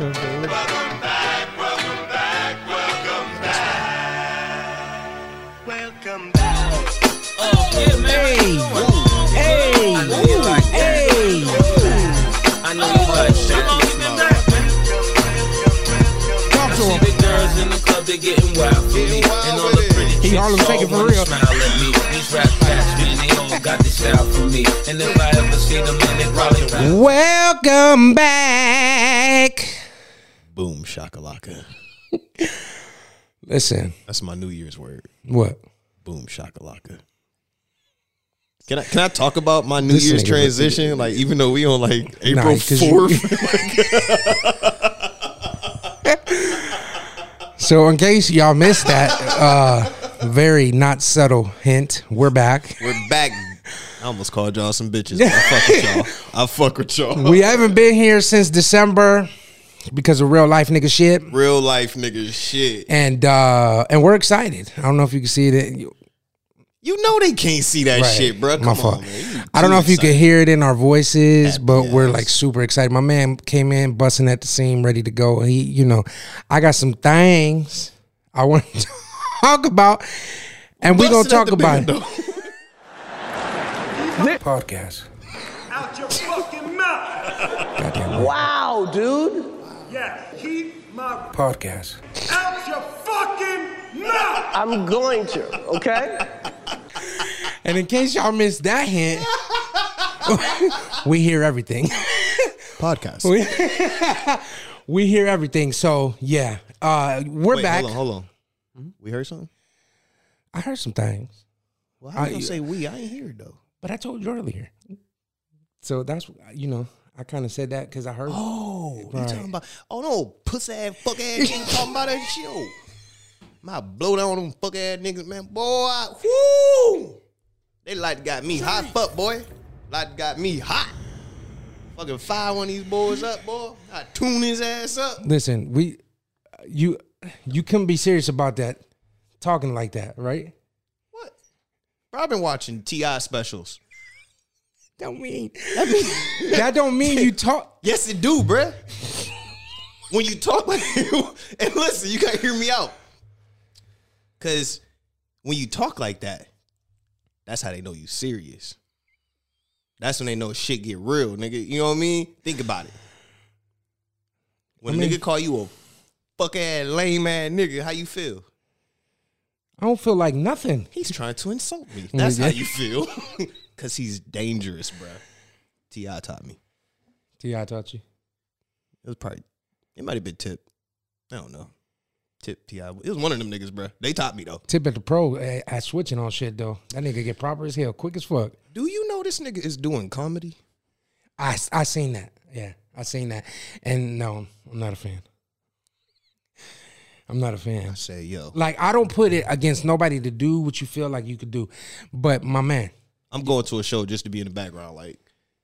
Welcome back, welcome back, welcome back. Welcome back. Oh, yeah, man. Hey, hey, I know you like that. hey. I know you like Come on, that. give me back. Welcome, welcome, welcome. Talk to See him. the girls in the club, they getting wild for me. wild And all with the it. pretty He chicks Harlem all shaking for wanna real. Smile at me. These rap cats, man, they all got this style for me. And if I ever see them, man, they probably rap. Welcome back. Boom shakalaka. Listen, That's my New Year's word. what? Boom shakalaka. Can I can I talk about my New This Year's nigga- transition? Like even though we on like April 'cause you- fourth. So, in case y'all missed that, uh, very not subtle hint, we're back. we're back. I almost called y'all some bitches. but I fuck with y'all. I fuck with y'all. We haven't been here since December because of real life nigga shit, Real life niggas shit. and uh, and we're excited. I don't know if you can see that. You know they can't see that Right. shit, bro. Come my on, fault. man. You I don't too know if you can excited. hear it in our voices, Yeah, but we're yes. like super excited. My man came in busting at the seam, ready to go. He, you know, I got some things I want to talk about, and we're gonna Busted at talk the about band, it. though. podcast. Out your fucking mouth. Wow, dude. Yeah, keep my Podcast. out your fucking mouth. I'm going to, okay? And in case y'all missed that hint, we hear everything. Podcast. We, we hear everything. So yeah, uh, we're Wait, back. Hold on, hold on. We heard something? I heard some things, Well, how I- you gonna say we? I ain't hear it though. but I told you earlier. So that's you know I kind of said that because I heard. Oh, Right. you talking about? Oh no, pussy ass, fuck ass, you talking about that shit? oh. My blow down on them fuck ass niggas, man, boy. I, whoo! They like got me hot, fuck boy. Like got me hot. Fucking fire one of these boys up, boy. I tune his ass up. Listen, we you you couldn't be serious about that talking like that, right? What? Bro, I've been watching Ti specials. Don't mean that don't mean you talk. Yes, it do, bruh. when you talk like and listen, you gotta hear me out. Cause when you talk like that, that's how they know you serious. That's when they know shit get real, nigga. You know what I mean? Think about it. When I mean- a nigga call you a fuck ass lame ass nigga, how you feel? I don't feel like nothing. He's trying to insult me. That's how you feel. Cause he's dangerous, bruh. T.I. taught me. Ti taught you. It was probably it might have been Tip. I don't know. Tip Ti. It was one of them niggas, bruh. They taught me though. Tip at the pro at, at switching on shit though. That nigga get proper as hell, quick as fuck. Do you know this nigga is doing comedy? I s- I seen that. Yeah, I seen that. And no, I'm not a fan. I'm not a fan. I say, yo, Like I don't put it against nobody to do what you feel like you could do, but my man, I'm going to a show just to be in the background. Like,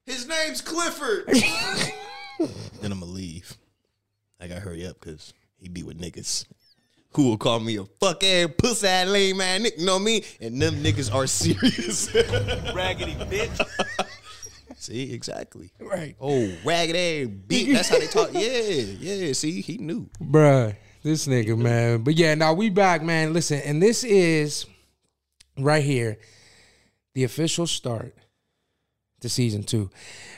his name's Clifford. then I'ma leave. I gotta hurry up because he be with niggas. Who will call me a fuck ass pussy ass lame man nigga? You know me? And them niggas are serious. Raggedy bitch. See, exactly. right, Oh, ragged ass beat. That's how they talk. Yeah, yeah. See, he knew. Bruh, this nigga, man. But yeah, now we back, man. Listen, and this is right here the official start to season two.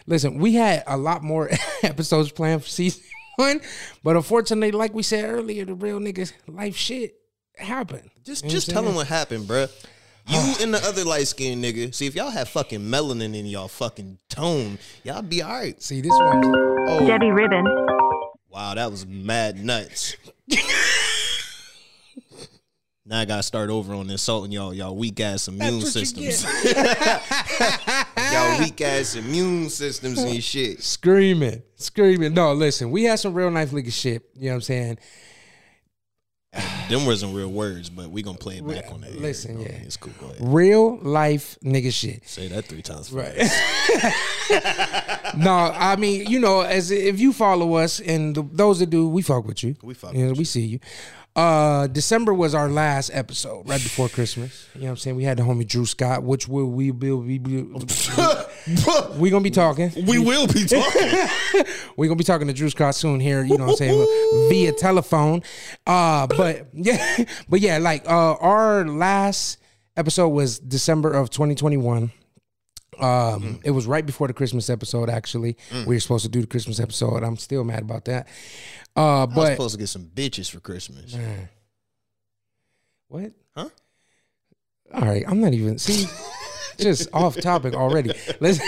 Listen, we had a lot more episodes planned for season one, but unfortunately, like we said earlier, the real niggas life shit happened. Just You know just what I'm tell them saying? what happened, bruh. You and the other light skinned nigga. See if y'all have fucking melanin in y'all fucking tone, y'all be all right. See this one. Debbie Ribbon. Wow, that was mad nuts. now I gotta start over on insulting y'all, y'all weak ass immune systems. y'all weak ass immune systems and shit. Screaming, screaming. No, listen, we had some real knife nigga shit. You know what I'm saying? Them wasn't real words, but we gonna play it back on that. air, Listen, you know? yeah. It's cool. Go ahead. Real life nigga shit. Say that three times. Right. no, I mean, you know, as if you follow us and th those that do, we fuck with you. We fuck You know, with we see you. Uh, December was our last episode right before Christmas. You know what I'm saying? We had the homie Drew Scott, which will we will be. We're gonna be talking. we will be talking. We're gonna be talking to Drew Scott soon here, you know what I'm saying, via telephone. Uh but yeah, but yeah, like uh our last episode was December of 2021. Um, it was right before the Christmas episode. Actually, we were supposed to do the Christmas episode. I'm still mad about that. Uh, I was but supposed to get some bitches for Christmas. what? Huh? All right, I'm not even see. just off topic already. Let's,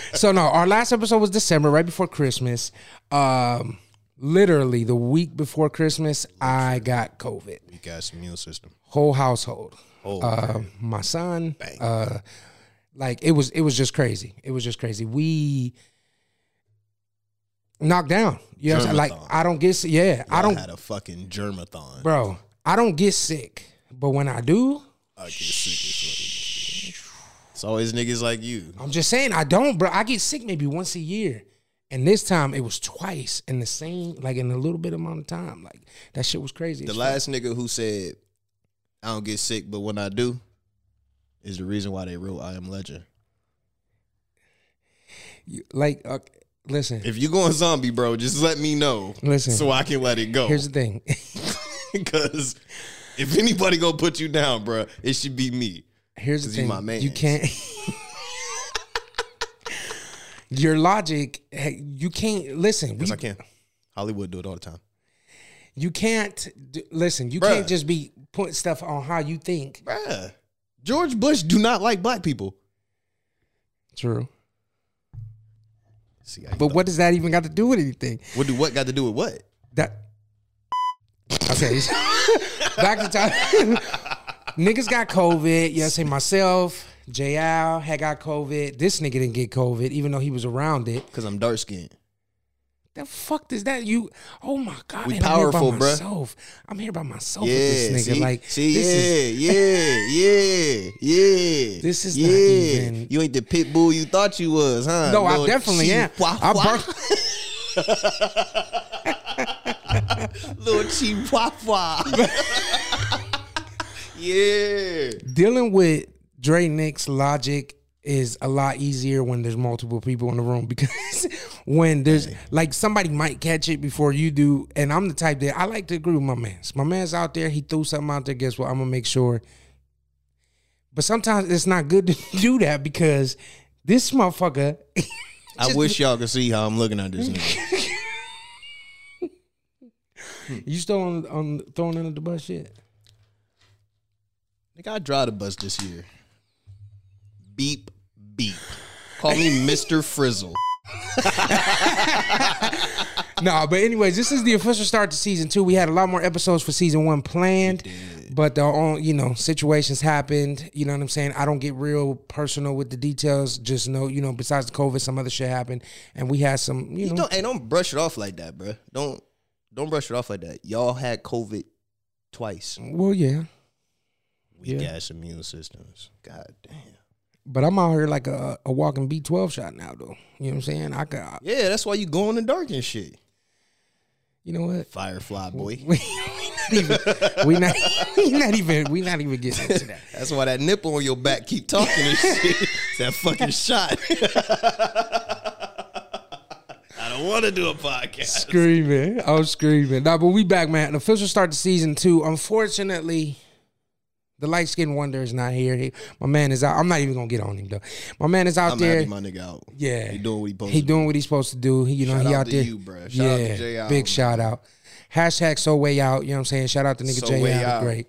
so no, our last episode was December, right before Christmas. Um, literally the week before Christmas, I got COVID. You got some immune system. Whole household, Oh, uh, my son, uh, like it was. It was just crazy. It was just crazy. We knocked down. You know, what I'm saying? like Germathon. I don't get. s- Yeah, I I don't, had a fucking germathon. bro. I don't get sick, but when I do, I get sick as fuck. It's always niggas like you. I'm just saying I don't, bro. I get sick maybe once a year. And this time it was twice in the same, like in a little bit amount of time. Like that shit was crazy. The as last nigga who said, I don't get sick, but when I do, is the reason why they wrote I Am Legend. fuck. You- like, uh, listen, If you going zombie, bro, just let me know. Listen. So I can let it go. here's the thing. Because if anybody gonna put you down, bro, it should be me. here's the 'Cause you thing. my mans. You can't. Your logic, hey, you can't listen. We, Because I can. Hollywood do it all the time. You can't d- listen. You Bruh. can't just be putting stuff on how you think. Bruh. George Bush do not like black people. True, See, but what does that even got to do with anything? what do what got to do with what? That okay. Back to time. Niggas got COVID. You know, say myself, JL had got COVID. This nigga didn't get COVID, even though he was around it. Because I'm dark skinned. The fuck does that? You? Oh my god! We and powerful, I'm here by bruh. myself. I'm here by myself Yeah, with this nigga. see, Like see, this is yeah, yeah, yeah, yeah. This is yeah. not even- You ain't the pit bull you thought you was, huh? no. I Little definitely am. I chihuahua. burst. little chihuahua. yeah, dealing with Dre Nick's logic is a lot easier when there's multiple people in the room because when there's like somebody might catch it before you do, and I'm the type that I like to agree with my man's. My man's out there, he threw something out there. Guess what? I'm gonna make sure. But sometimes it's not good to do that because this motherfucker. I wish y'all could see how I'm looking at this nigga. you still on on throwing under the bus shit? nigga, I drive the bus this year. Beep, beep. Call me Mr. Frizzle. No, but anyways, this is the official start to season two. We had a lot more episodes for season one planned, but the own you know situations happened. You know what I'm saying? I don't get real personal with the details. Just know you know besides the COVID, some other shit happened, and we had some you know. You don't, hey, don't brush it off like that, bruh. Don't, don't brush it off like that. Y'all had COVID twice. well, yeah, Weak ass immune systems. God damn. but I'm out here like a, a walking B12 shot now, though. You know what I'm saying? I could, Yeah, that's why you go in the dark and shit. you know what? Firefly boy. We not even we not, we not even we not even getting into that. That's why that nipple on your back keep talking and shit. It's that fucking shot. I don't want to do a podcast. screaming. I'm screaming. Nah, but we back, man. The official start to season two. Unfortunately, the light skinned wonder is not here. He, my man is out. I'm not even gonna get on him though. My man is out I'm there. happy my nigga out. Yeah. He doing what he supposed He to doing what he's supposed to do. He, you know, Shout he out out to there. you, bruh. Shout out to JL, Big man. shout out. Hashtag so way out. You know what I'm saying? Shout out to nigga So J Way out. Out. Great.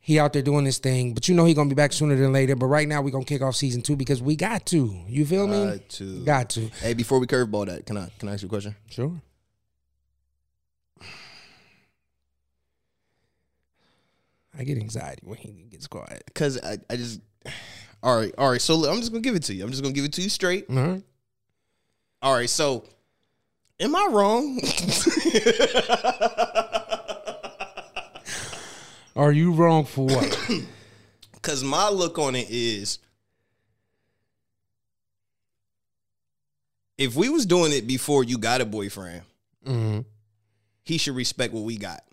He out there doing his thing, but you know he gonna be back sooner than later. But right now we gonna kick off season two because we got to. You feel me? Got to. Got to. Hey, before we curveball that, can I can I ask you a question? Sure. I get anxiety when he gets quiet. Because I, I just all right, all right. So look, I'm just gonna give it to you. I'm just gonna give it to you straight. All right. All right, so am I wrong? Are you wrong for what? Because my look on it is, if we was doing it before you got a boyfriend, Mhm. he should respect what we got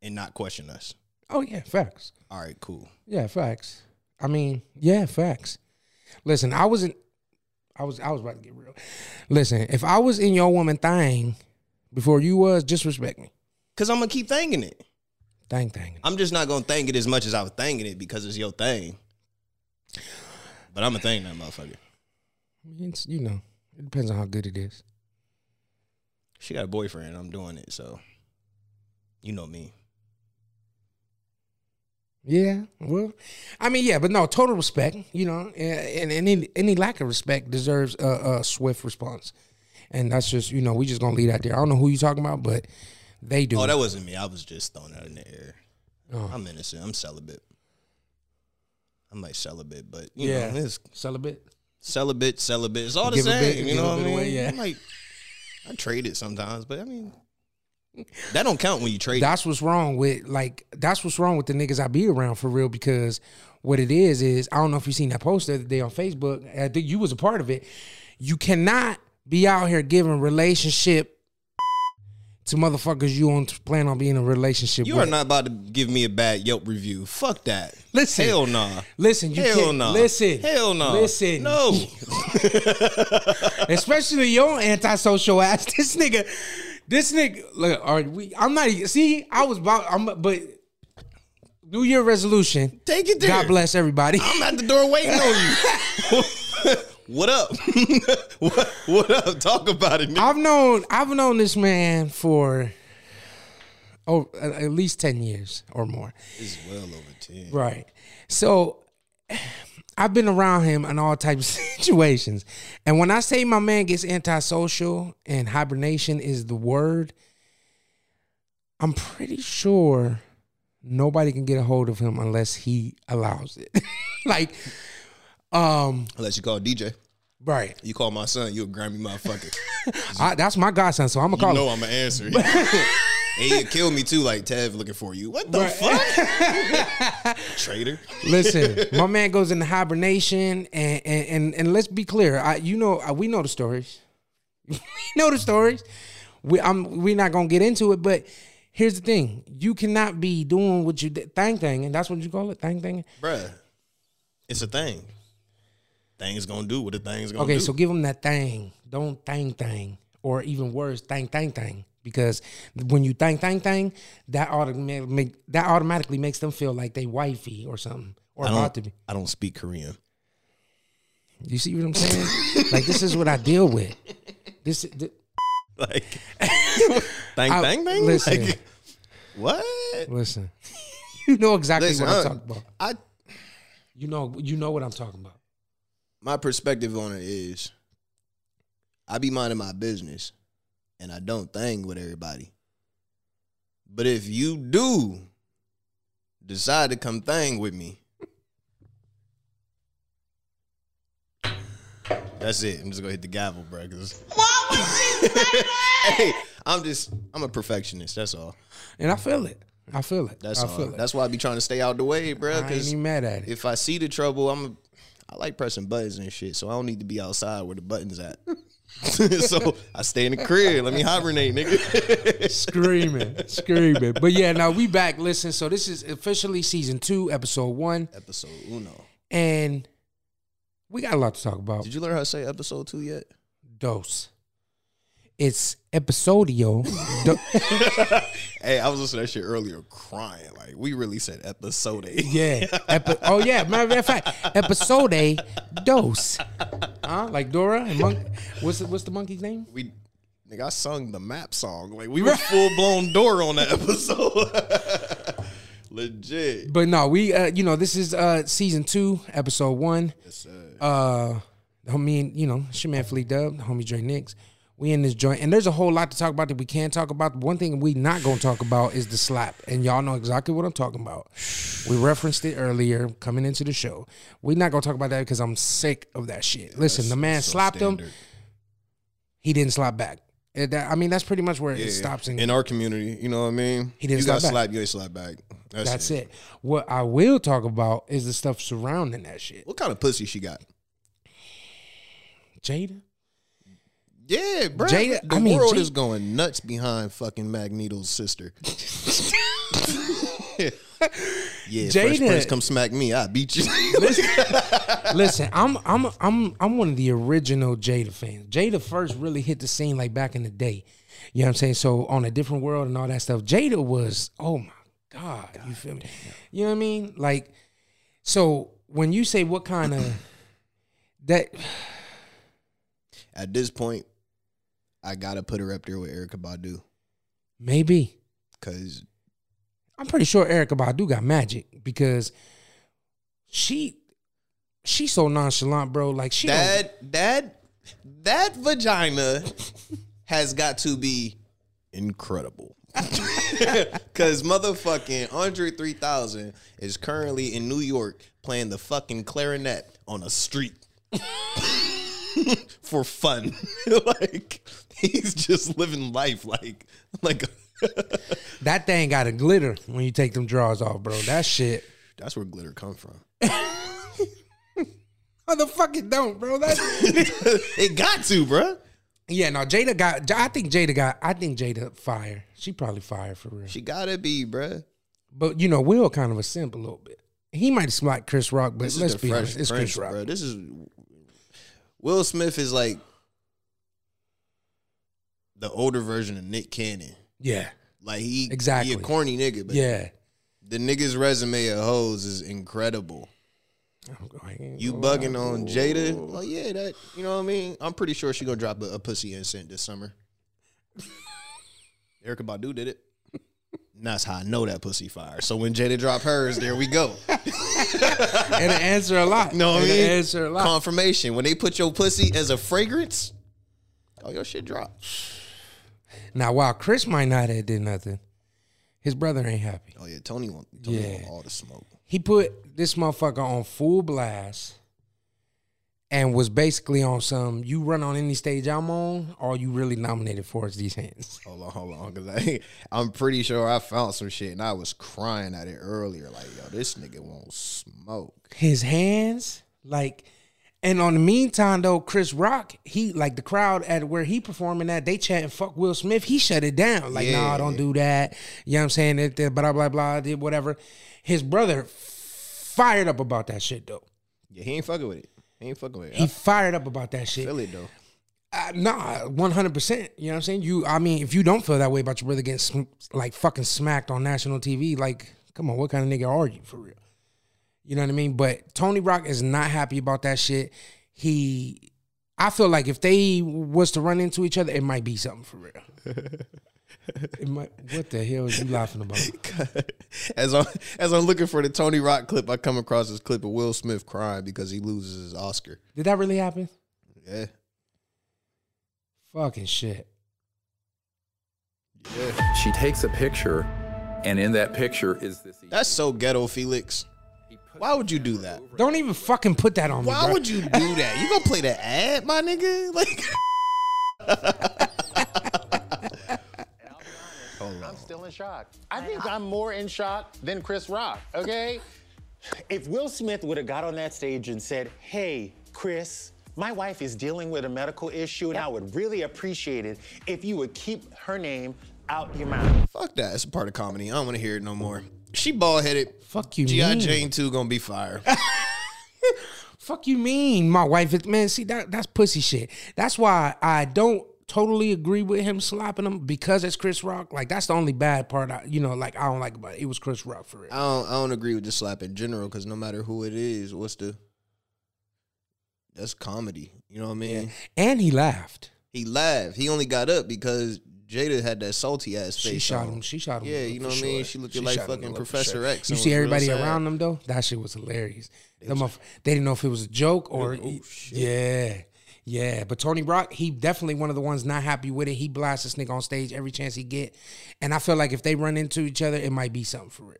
and not question us. Oh yeah, facts. All right, cool. Yeah, facts. I mean, yeah, facts. Listen, I wasn't I was I was about to get real. Listen, if I was in your woman thing before you was, just respect me. Cause I'm gonna keep thinking it. Thang thang. I'm just not gonna thank it as much as I was thanking it because it's your thing. But I'm gonna thank that motherfucker. It's, you know, it depends on how good it is. She got a boyfriend. I'm doing it, so you know me. Yeah, well, I mean, yeah, but no, total respect, you know, and, and any any lack of respect deserves a, a swift response, and that's just you know we just gonna leave that there. I don't know who you talking about, but they do. Oh, that wasn't me. I was just throwing that in the air. Oh. I'm innocent. I'm celibate. I'm like celibate, but you yeah, know, it's celibate. celibate, celibate. It's all the Give a same. bit- you give a know what I bit mean? away, yeah. I'm like, I trade it sometimes, but I mean, that don't count when you trade. it. That's what's wrong with like that's what's wrong with the niggas I be around for real because what it is is I don't know if you seen that post the other day on Facebook. I think you was a part of it. You cannot be out here giving relationship to motherfuckers you don't plan on being in a relationship You with. are not about to give me a bad Yelp review. Fuck that. Listen. hell nah. Listen, you hell can't nah. listen. hell nah. Listen, no. especially your antisocial ass. This nigga, this nigga. Look, all right, we. I'm not. even- See, I was about. I'm, but New Year resolution. Take it there. God bless everybody. I'm at the door waiting on you. what up? what, what up? Talk about it. Nigga. I've known I've known this man for oh at at least ten years or more. It's well over ten. Right. So I've been around him in all types of situations. And when I say my man gets antisocial and hibernation is the word, I'm pretty sure nobody can get a hold of him unless he allows it. like, um, Unless you call DJ. right. You call my son, you a grimy motherfucker. I, that's my godson, so I'm gonna you call know him. I'm gonna answer. you. and you kill me too, like Tev looking for you. What the fuck? Traitor. Listen, my man goes into hibernation, and and and, and let's be clear. I, you know, I, we know the stories. we know the stories. We, I'm, we're not gonna get into it, but here's the thing: you cannot be doing what you did- thang thang, and that's what you call it, thang thang. Bruh. It's a thing. Thing's gonna do what a thing's gonna Okay, do. so give him that thang. Don't thang thang, or even worse, thang thang thang. Because when you thang thang thang, that automatic make, that automatically makes them feel like they wifey or something, or I about to don't, be. I don't speak Korean. You see what I'm saying? like this is what I deal with. This, th- Like bang I- bang bang. listen. Like, what? listen, you know exactly Listen, what I'm I- talking about. I You know, you know what I'm talking about. my perspective on it is I be minding my business and I don't thing with everybody. But if you do decide to come thing with me, that's it. I'm just gonna hit the gavel, bro. 'cause- hey, I'm just I'm a perfectionist. That's all. And I feel it. I feel it. That's I all. feel it. That's why I be trying to stay out the way, bro. I ain't Because even mad at it. if I see the trouble, I'm. A, I like pressing buttons and shit, so I don't need to be outside where the buttons at. so I stay in the crib. Let me hibernate, nigga. screaming, screaming. But yeah, now we back. Listen, so this is officially season two, episode one, episode uno. and we got a lot to talk about. Did you learn how to say episode two yet? Dose. It's episodio. Do- Hey, I was listening to that shit earlier, crying. Like we really said episode eight. Yeah. Epi- oh yeah. Matter of fact, episode dose. Huh? Like Dora and Monk. What's the, what's the monkey's name? We. Nigga, I sung the map song. Like we were full blown door on that episode. Legit. But no, we uh, you know this is uh season two, episode one. Uh, I mean you know it's your man Fleet Dub, the homie Dre Nix. We in this joint, and there's a whole lot to talk about that we can talk about. One thing we not gonna talk about is the slap, and y'all know exactly what I'm talking about. We referenced it earlier coming into the show. we not gonna talk about that because I'm sick of that shit. Listen, the man slapped him. he didn't slap back. It- that- I mean, that's pretty much where it stops. And in our community. You know what I mean? He didn't you got slap back. slapped, you ain't slapped back. That's, that's it. it. What I will talk about is the stuff surrounding that shit. What kind of pussy she got? Jada, Yeah, bro. Jada- the I mean, world Jada- is going nuts behind fucking Magneto's sister. Yeah, Jada- Fresh Prince, come smack me. I beat you. Listen, I'm I'm I'm I'm one of the original Jada fans. Jada first really hit the scene like back in the day. You know what I'm saying? So on a different world and all that stuff. Jada was, oh my God, you feel me? You know what I mean? Like, so when you say what kind of that At this point, I gotta put her up there with Erica Badu maybe. because I'm pretty sure Erica Badu got magic because she she's so nonchalant, bro. Like she don't- that that that vagina has got to be incredible. Cause motherfucking Andre 3000 is currently in New York playing the fucking clarinet on a street for fun. like he's just living life like like that thing got a glitter when you take them drawers off, bro. That shit. that's where glitter come from. Motherfucking don't, bro. That it got to, bruh. yeah, no. Jada got. I think Jada got. I think Jada fire. She probably fired for real. She gotta be, bruh. But you know, Will kind of a simp a little bit. He might have like Chris Rock, but This let's is the be Fresh honest, it's Prince, Chris Rock. bro. This is Will Smith is like the older version of Nick Cannon. Yeah, Like he Exactly. he a corny nigga, but yeah. the nigga's resume of hoes is incredible. You Oh, bugging on Jada? Well, yeah, that you know what I mean. I'm pretty sure she gonna drop a, a pussy incent this summer. Erica Badu did it. And that's how I know that pussy fire. So when Jada drop hers, there we go. and it answer a lot. No, I And it mean, answer a lot. confirmation. When they put your pussy as a fragrance, oh your shit drop. Now, while Chris might not have did nothing, his brother ain't happy. Oh yeah, Tony want Tony Yeah. want all the smoke. He put this motherfucker on full blast and was basically on some you run on any stage I'm on, all you really nominated for is these hands. Hold on, hold on, cause I I'm pretty sure I found some shit and I was crying at it earlier. Like yo, this nigga won't smoke. His hands, like and on the meantime though, Chris Rock, he like the crowd at where he performing at, they chatting fuck Will Smith. He shut it down. Like, nah, Yeah. don't do that. You know what I'm saying? It- it- Blah blah blah, did whatever. His brother fired up about that shit though. Yeah, he ain't fucking with it. He ain't fucking with it. He I fired up about that shit. feel it though. Uh, nah, one hundred percent. You know what I'm saying? You, I mean, if you don't feel that way about your brother getting sm- like fucking smacked on national TV, like, come on, what kind of nigga are you for real? You know what I mean? But Tony Rock is not happy about that shit. He, I feel like if they was to run into each other, it might be something for real. it might. What the hell is you laughing about? as I'm as I'm looking for the Tony Rock clip, I come across this clip of Will Smith crying because he loses his Oscar. Did that really happen? Yeah. Fucking shit. She takes a picture, and in that picture is this. That's so ghetto, Felix. Why would you do that? Don't even fucking put that on me. Why bro. would you do that? You gonna play the ad, my nigga? Like, I'm still in shock. I think I'm more in shock than Chris Rock, okay? If Will Smith would have got on that stage and said, hey, Chris, my wife is dealing with a medical issue, and I would really appreciate it if you would keep her name out your mouth. fuck that. It's a part of comedy. I don't want to hear it no more. She bald headed. Fuck you, G.I. mean. Jane two gonna be fire. Fuck you mean, my wife is man. See that that's pussy shit. That's why I don't totally agree with him slapping him because it's Chris Rock. Like that's the only bad part. I, you know, like I don't like about it. It was Chris Rock for it. I don't. I don't agree with the slap in general because no matter who it is, what's the that's comedy. You know what I mean? And he laughed. He laughed. He only got up because Jada had that salty ass face. She shot on. him. She shot him. Yeah, you know what I mean. She looked like fucking Professor X. You see It was real everybody sad. around them though. That shit was hilarious. Them motherf- they didn't know if it was a joke or oh, yeah, yeah. But Tony Rock, he definitely one of the ones not happy with it. He blasts this nigga on stage every chance he get, and I feel like if they run into each other, it might be something for real.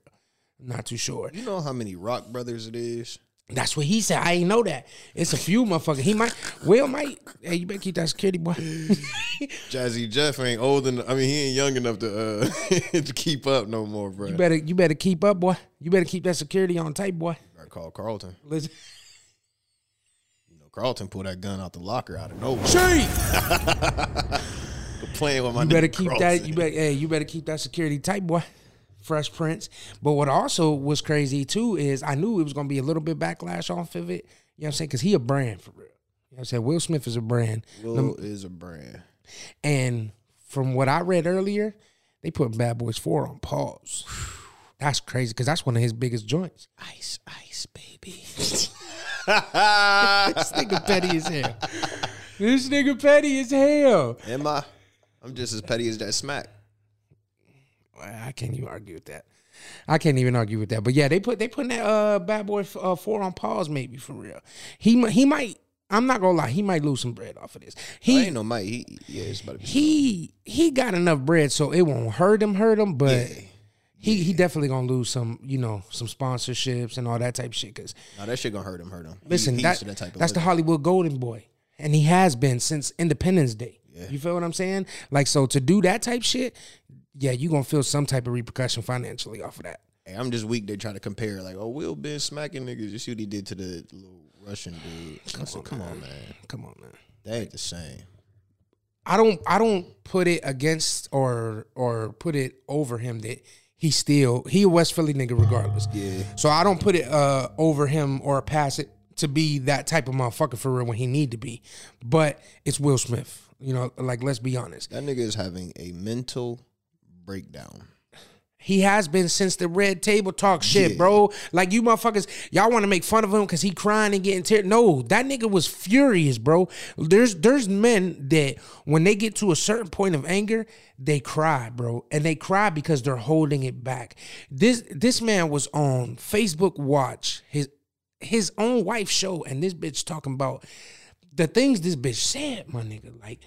Not too sure. You know how many Rock brothers it is? That's what he said. I ain't know that. It's a few motherfucker. He might, Will might. Hey, you better keep that security boy. Jazzy Jeff ain't old enough. I mean, he ain't young enough to uh to keep up no more, bro. you better, you better keep up, boy. You better keep that security on tight, boy. I call Carlton. Listen. You know, Carlton pulled that gun out the locker out of nowhere. Cheat. Playing with my You better nigga keep Carlton. that. You better. Hey, you better keep that security tight, boy. Fresh Prince. But what also was crazy too is I knew it was gonna be a little bit backlash off of it. You know what I'm saying? Cause he a brand for real. You know what I'm saying? Will Smith is a brand. Will is a brand. And from what I read earlier, they put Bad Boys 4 on pause. That's crazy because that's one of his biggest joints. Ice, ice, baby. This nigga petty as hell. This nigga petty as hell. Am I? I'm just as petty as that smack. I can't even argue with that. I can't even argue with that. But yeah, they put they putting that uh, Bad Boy uh, 4 on pause maybe for real. He mi- he might I'm not gonna lie, he might lose some bread off of this. I He ain't no Mike. He, yeah, it's about to be. he he got enough bread so it won't hurt him hurt him but he he definitely gonna lose some you know some sponsorships and all that type of shit because Nah, that shit gonna hurt him. Hurt him. He- listen he that, used to type of that's the living. hollywood golden boy and he has been since independence day you feel what i'm saying like so to do that type shit yeah you gonna feel some type of repercussion financially off of that Hey, I'm just weak. They try to compare like, oh, Will been smacking niggas. You see what he did to the little Russian dude. I said, come on, man. come on man That ain't the same. I don't I don't put it against or or put it over him that he still he a West Philly nigga regardless. Yeah. So I don't put it uh over him or pass it to be that type of motherfucker for real when he need to be. But it's Will Smith. You know, like let's be honest. That nigga is having a mental breakdown. He has been since the red table talk shit, bro. Like you motherfuckers, y'all want to make fun of him because he crying and getting tear. No, that nigga was furious, bro. There's there's men that when they get to a certain point of anger, they cry, bro, and they cry because they're holding it back. This this man was on Facebook Watch his his own wife show, and this bitch talking about the things this bitch said, my nigga, like,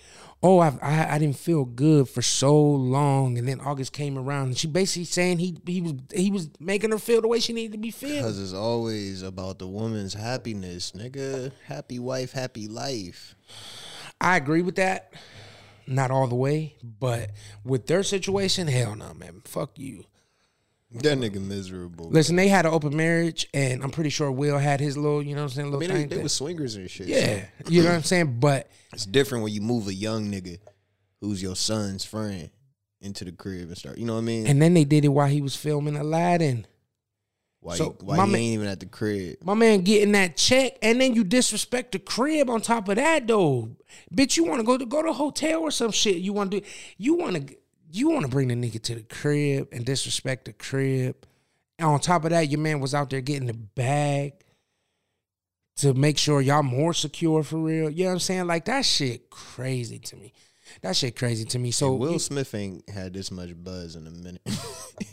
oh, I've, I I didn't feel good for so long, and then August came around, and she basically saying he he was he was making her feel the way she needed to be feeling. Cause it's always about the woman's happiness, nigga. Happy wife, happy life. I agree with that, not all the way, but with their situation, hell no, man, fuck you. That nigga miserable. Listen, they had an open marriage, and I'm pretty sure Will had his little, you know what I'm saying, I little mean, they, thing. they that- was swingers and shit. so yeah, you know what I'm saying, but it's different when you move a young nigga who's your son's friend into the crib and start. You know what I mean? and then they did it while he was filming Aladdin. why so you, why my you man- ain't even at the crib? My man getting that check, and then you disrespect the crib on top of that, though. Bitch, you want to go to go to a hotel or some shit? You want to do? You want to? You want to bring the nigga to the crib and disrespect the crib? And on top of that, your man was out there getting the bag to make sure y'all more secure for real. You know what I'm saying? Like that shit crazy to me. That shit crazy to me. So Will Smith ain't had this much buzz in a minute.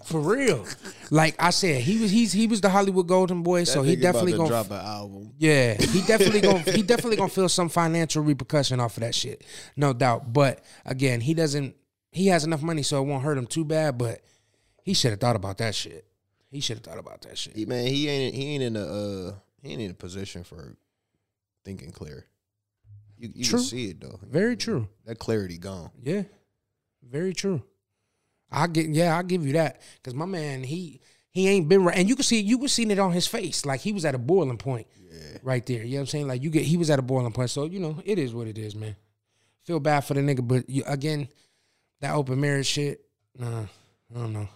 for real, like I said, he was he's he was the Hollywood Golden Boy, so he definitely about gonna to drop an album. Yeah, he definitely gonna he definitely gonna feel some financial repercussion off of that shit, no doubt. But again, he doesn't. He has enough money, so it won't hurt him too bad. But he should have thought about that shit. He should have thought about that shit. He, man, he ain't he ain't in a uh, he ain't in a position for thinking clear. You, you True. can see it though. Very true. That clarity gone. Yeah, very true. I get yeah, I give you that because my man he he ain't been right, and you can see you can see it on his face like he was at a boiling point right there. You know what I'm saying? Like you get he was at a boiling point, so you know it is what it is, man. Feel bad for the nigga, but you, again, that open marriage shit, nah, I don't know.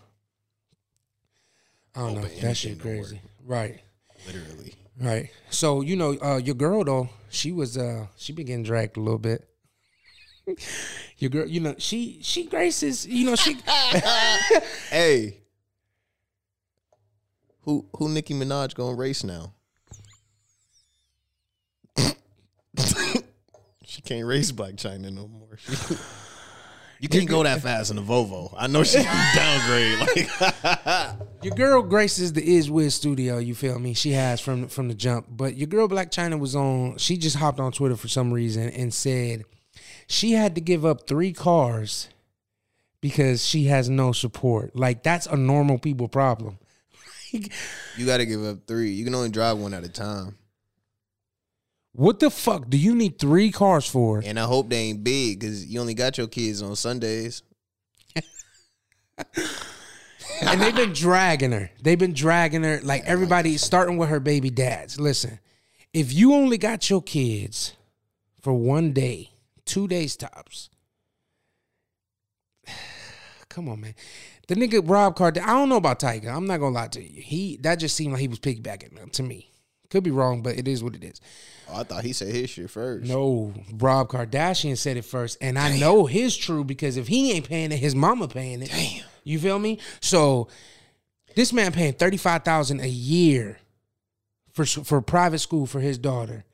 I don't know. That shit crazy, right? Literally. Right. So you know, uh, your girl though, she was uh, she been getting dragged a little bit. your girl, you know, she she graces, you know, she Hey, who who Nicki Minaj gonna race now? she can't race Black China no more. She- you can't go that fast in a Volvo. I know she can downgrade. Like your girl graces the Is Wiz studio. You feel me? She has from from the jump. But your girl Black China was on. She just hopped on Twitter for some reason and said she had to give up three cars because she has no support. Like that's a normal people problem. you got to give up three. You can only drive one at a time. What the fuck do you need three cars for? And I hope they ain't big because you only got your kids on Sundays. and they've been dragging her. They've been dragging her. Like everybody, starting with her baby dads. Listen, if you only got your kids for one day, two days tops, come on, man. The nigga Rob Carter. I don't know about Tiger. I'm not gonna lie to you. He that just seemed like he was piggybacking to me. Could be wrong, but it is what it is. Oh, I thought he said his shit first. No, Rob Kardashian said it first, and I know his true because if he ain't paying it, his mama paying it. Damn, you feel me? So this man paying thirty five thousand a year for s- for private school for his daughter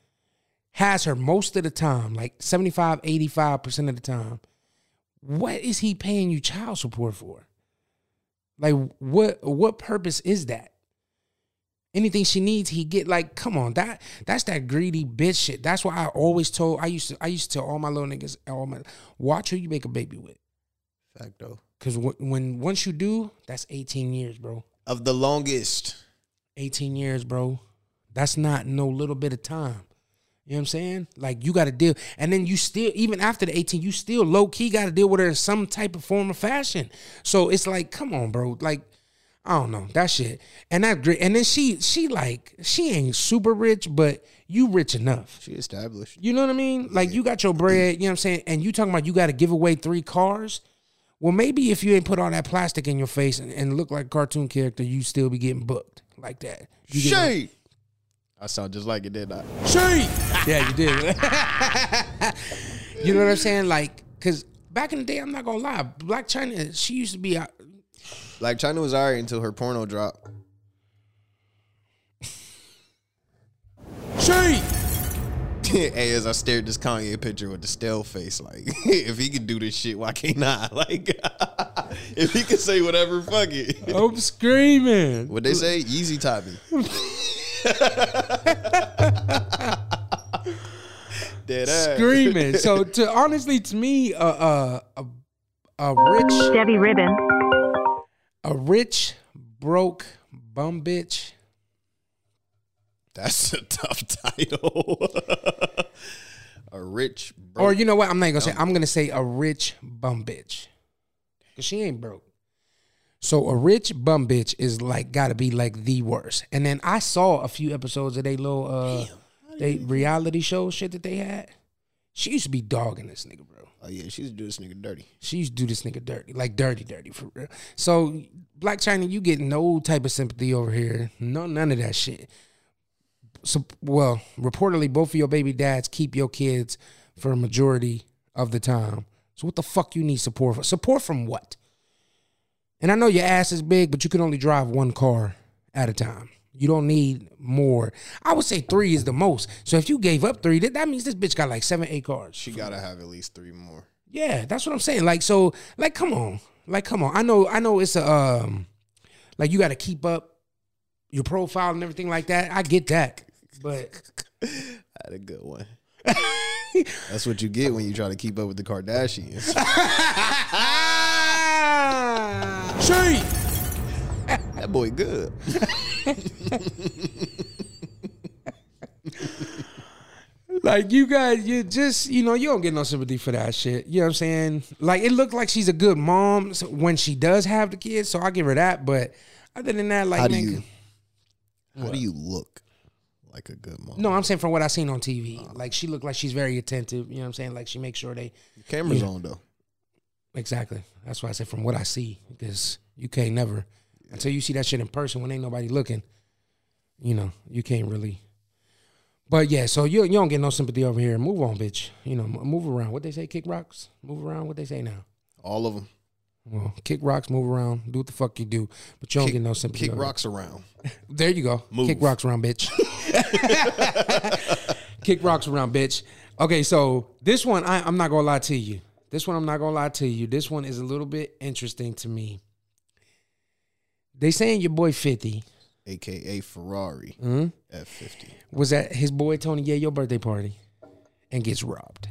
has her most of the time, like 75, 85 percent of the time. What is he paying you child support for? Like what what purpose is that? anything she needs, he get like, come on, that that's that greedy bitch shit. That's why I always told I used to I used to tell all my little niggas, all my watch who you make a baby with, Fact though. because when, when once you do, that's eighteen years, bro. Of the longest. Eighteen years, bro. That's not no little bit of time. You know what I'm saying? Like you got to deal, and then you still, even after the 18, you still low key got to deal with her in some type of form of fashion. So it's like, come on, bro. Like, I don't know that shit, and that great. And then she, she like, she ain't super rich, but you rich enough. She established. You know what I mean? Like you got your bread. You know what I'm saying? And you talking about you got to give away three cars. Well, maybe if you ain't put all that plastic in your face and, and look like a cartoon character, you still be getting booked like that. You get- Shade. I sound just like it, did I? yeah, you did. you know what I'm saying? Like, cause back in the day, I'm not gonna lie, Black China, she used to be. out Like China was alright until her porno dropped. She. hey, as I stared at this Kanye picture with the stale face, like if he could do this shit, why can't I? Like if he could say whatever, fuck it. I'm Oh, screaming. What they say, Yeezy Toppy. Dead ass. Screaming. So to honestly, to me, a uh, uh, a a rich Debbie Ribbon. a rich broke bum bitch. That's a tough title. a rich bro. Or you know what? I'm not even gonna say. I'm gonna say a rich bum bitch, cause she ain't broke. So a rich bum bitch is like gotta be like the worst. And then I saw a few episodes of they little uh they reality show shit that they had. She used to be dogging this nigga, bro. oh yeah, she used to do this nigga dirty. She used to do this nigga dirty, like dirty, dirty for real. So Black China, you get no type of sympathy over here. No, none of that shit. So, well, reportedly, both of your baby dads keep your kids for a majority of the time. So what the fuck you need support for? Support from what? And I know your ass is big, but you can only drive one car at a time. You don't need more. I would say three is the most. So if you gave up three, that, that means this bitch got like seven, eight cars. She gotta have at least three more. Yeah, that's what I'm saying. Like, so, like, come on, like, come on. I know, I know, it's a, um, like, you got to keep up your profile and everything like that. I get that, but I had a good one. That's what you get when you try to keep up with the Kardashians. she, that boy good. like, you guys, you just, you know, you don't get no sympathy for that shit. You know what I'm saying? Like, it looked like she's a good mom so- when she does have the kids, so I give her that. But other than that, like, How do nigga, you how do you look like a good mom? no, I'm saying from what I seen on TV, like, she looked like she's very attentive. You know what I'm saying? Like, she makes sure they. Camera's on though. Exactly. That's why I said from what I see, because you can't never until you see that shit in person when ain't nobody looking. You know, you can't really. But yeah, so you you don't get no sympathy over here. Move on, bitch. You know, m- move around. What they say, kick rocks. Move around. What they say now. All of them. Well, kick rocks, move around, do what the fuck you do, but you don't get no sympathy. Kick over rocks around. there you go. Kick rocks around, bitch. Kick rocks around, bitch. Okay, so this one, I, I'm not gonna lie to you. This one, I'm not gonna lie to you. This one is a little bit interesting to me. They saying your boy 50 AKA Ferrari Hmm? F fifty. was at his boy Tony Yayo birthday party and gets robbed.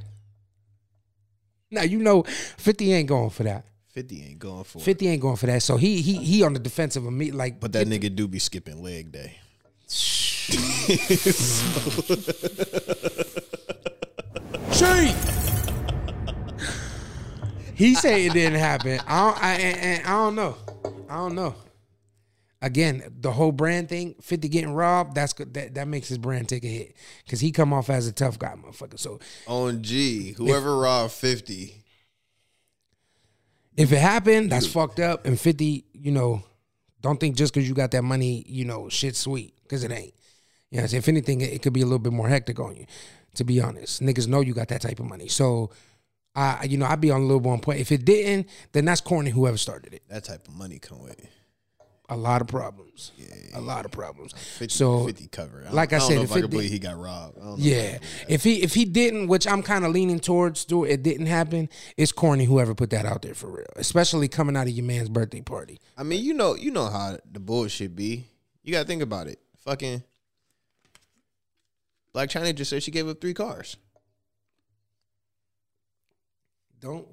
Now you know 50 ain't going for that. Fifty ain't going for it. 50 ain't going for that. So he he he on the defensive of me like But that nigga do be skipping leg day. She. he say it didn't happen. I don't, I, and- and I don't know. I don't know. Again, the whole brand thing, Fifty getting robbed. That's good. That that makes his brand take a hit because he come off as a tough guy, motherfucker. So On G, whoever robbed fifty If it happened, that's fucked up. And 50, you know, don't think just because you got that money, you know, shit's sweet, because it ain't. You know, what I'm saying? if anything, it it could be a little bit more hectic on you, to be honest. Niggas know you got that type of money. So, I, you know, I'd be on a little one point. If it didn't, then that's corny whoever started it. That type of money come with A lot of problems. a lot of problems. 50, so, 50 cover. I don't- like I I don't said, know if if I it can believe did- he got robbed. I don't know. Yeah. If he if he didn't, which I'm kind of leaning towards, do it didn't happen. It's corny whoever put that out there for real, especially coming out of your man's birthday party. I mean, you know, you know how the bullshit be. You gotta think about it. Fucking Black China just said she gave up three cars. Don't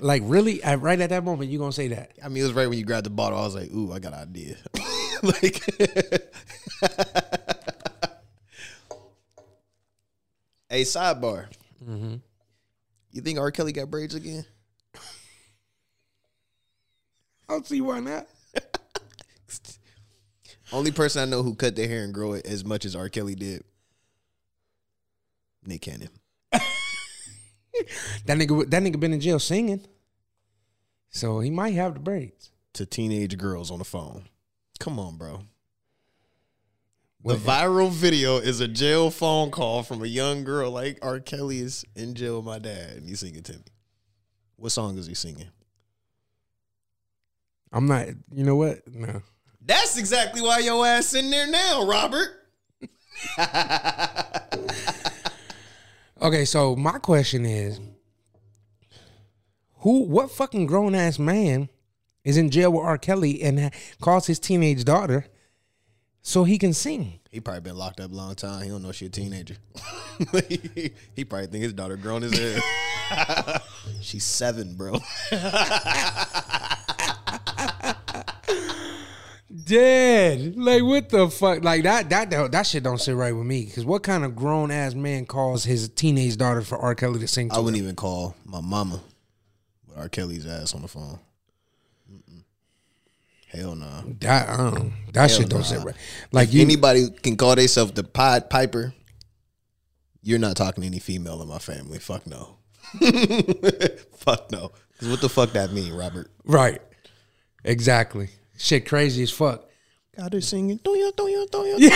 like really at, right at that moment you gonna say that. I mean, it was right when you grabbed the bottle. I was like, "Ooh, I got an idea." like, hey, sidebar. Mm-hmm. You think R. Kelly got braids again? I don't see why not. Only person I know who cut their hair and grow it as much as R. Kelly did. Nick Cannon. That nigga that nigga been in jail singing, so he might have the braids. to teenage girls on the phone. Come on, bro. The What- viral video is a jail phone call from a young girl like R. Kelly is in jail with my dad, and he's singing to me. What song is he singing? I'm not. You know what? No. That's exactly why your ass in there now, Robert. Okay, so my question is, who, what fucking grown ass man is in jail with R. Kelly and ha- calls his teenage daughter so he can sing? He probably been locked up a long time. He don't know she a teenager. he probably think his daughter grown as hell. She's seven, bro. Dead. Like what the fuck? Like that that that, that shit don't sit right with me. Because what kind of grown ass man calls his teenage daughter for R. Kelly to sing? To I wouldn't even call my mama with R. Kelly's ass on the phone. Mm-mm. Hell no. him? That I don't know. that shit don't sit right. Like you, Anybody can call themselves the Pod Piper. You're not talking to any female in my family. Fuck no. fuck no. 'Cause what the fuck that mean, Robert? right? Exactly. Shit, crazy as fuck. God is singing. Do you, do you, do you, do you,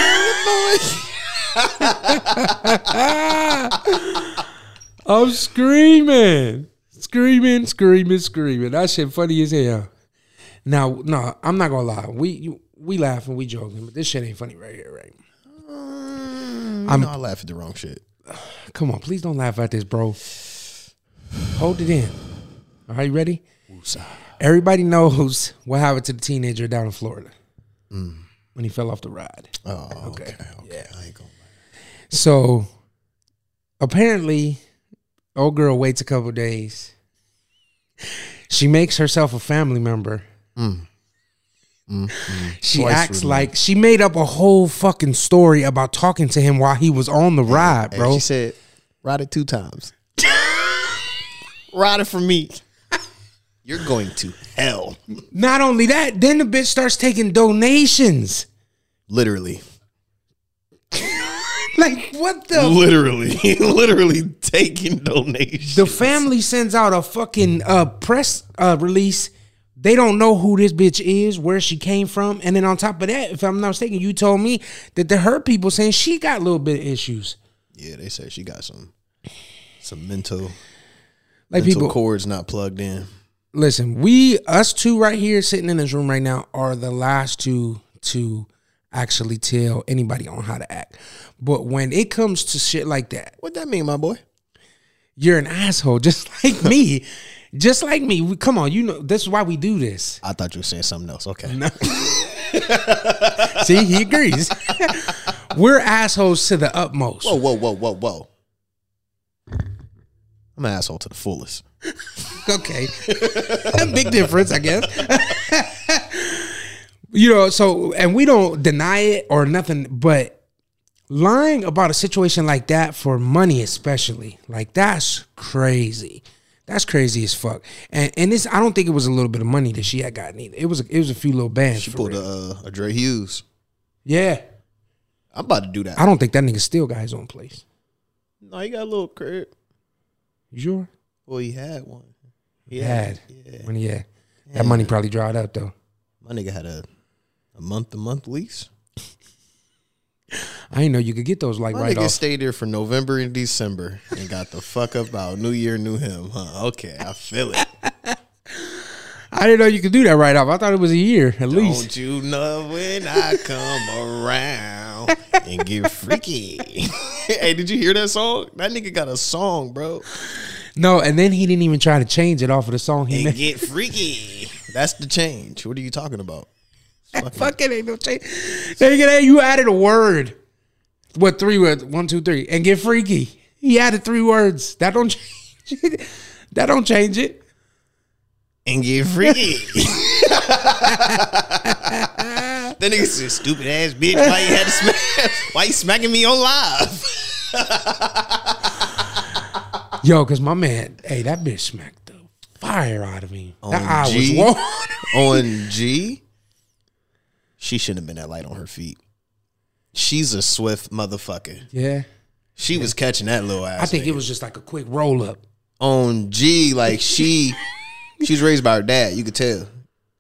I'm screaming, screaming, screaming, screaming. That shit funny as hell. Now, no, I'm not gonna lie. We you, we laughing, we joking, but this shit ain't funny right here, right? Mm. I'm not laughing at the wrong shit. Come on, please don't laugh at this, bro. Hold it in. All right, you ready? Everybody knows what happened to the teenager down in Florida Mm. when he fell off the ride. Oh, okay. Okay. Yeah. I ain't gonna So apparently, old girl waits a couple days. She makes herself a family member. She Mm. Mm-hmm. Twice acts removed. like she made up a whole fucking story about talking to him while he was on the ride, Hey, bro. She said, ride it two times. ride it for me. You're going to hell. Not only that, then the bitch starts taking donations. Literally. Like what the Literally. Literally taking donations. the family sends out a fucking uh press uh release. They don't know who this bitch is, where she came from, and then on top of that, if I'm not mistaken, you told me that the her people saying she got a little bit of issues. Yeah, they said she got some some mental Like mental people cords not plugged in. listen, we us two right here sitting in this room right now are the last two to actually tell anybody on how to act. But when it comes to shit like that, What that mean, my boy? you're an asshole just like me just like me We- come on you know this is why we do this I thought you were saying something else. Okay. see he agrees we're assholes to the utmost Whoa, whoa, whoa, whoa, whoa. I'm an asshole to the fullest. okay big difference i guess you know so and we don't deny it or nothing but lying about a situation like that for money especially like that's crazy that's crazy as fuck and and this i don't think it was a little bit of money that she had gotten either it was a, it was a few little bands She for pulled real. a, uh, a Dre Hughes. yeah I'm about to do that. I don't think that nigga still got his own place. no, he got a little crib. You sure? Well, he had one. Yeah. had when he had. That money probably dried up though. My nigga had a a month to month lease. I didn't know you could get those like My right nigga off. stayed there for November and December and got the fuck up out. New year, new him, huh? Okay, I feel it. I didn't know you could do that right off. I thought it was a year at least. Don't you know when I come around and get freaky? hey, did you hear that song? That nigga got a song, bro. No, and then he didn't even try to change it off of the song he And made. get freaky. That's the change. What are you talking about? Fuck it, ain't no change. Nigga, that you added a word. What three words? One, two, three, and get freaky. He added three words. That don't change. It. That don't change it. And get freaky. that nigga said, stupid ass bitch. Why you had to smack? Why you smacking me on live? Yo, cause my man, hey, that bitch smacked the fire out of me. That eye was OMG. warm. on G, she shouldn't have been that light on her feet. She's a swift motherfucker. yeah, She was catching that little ass. I think nigga. it was just like a quick roll up. on G. Like she, she was raised by her dad. You could tell.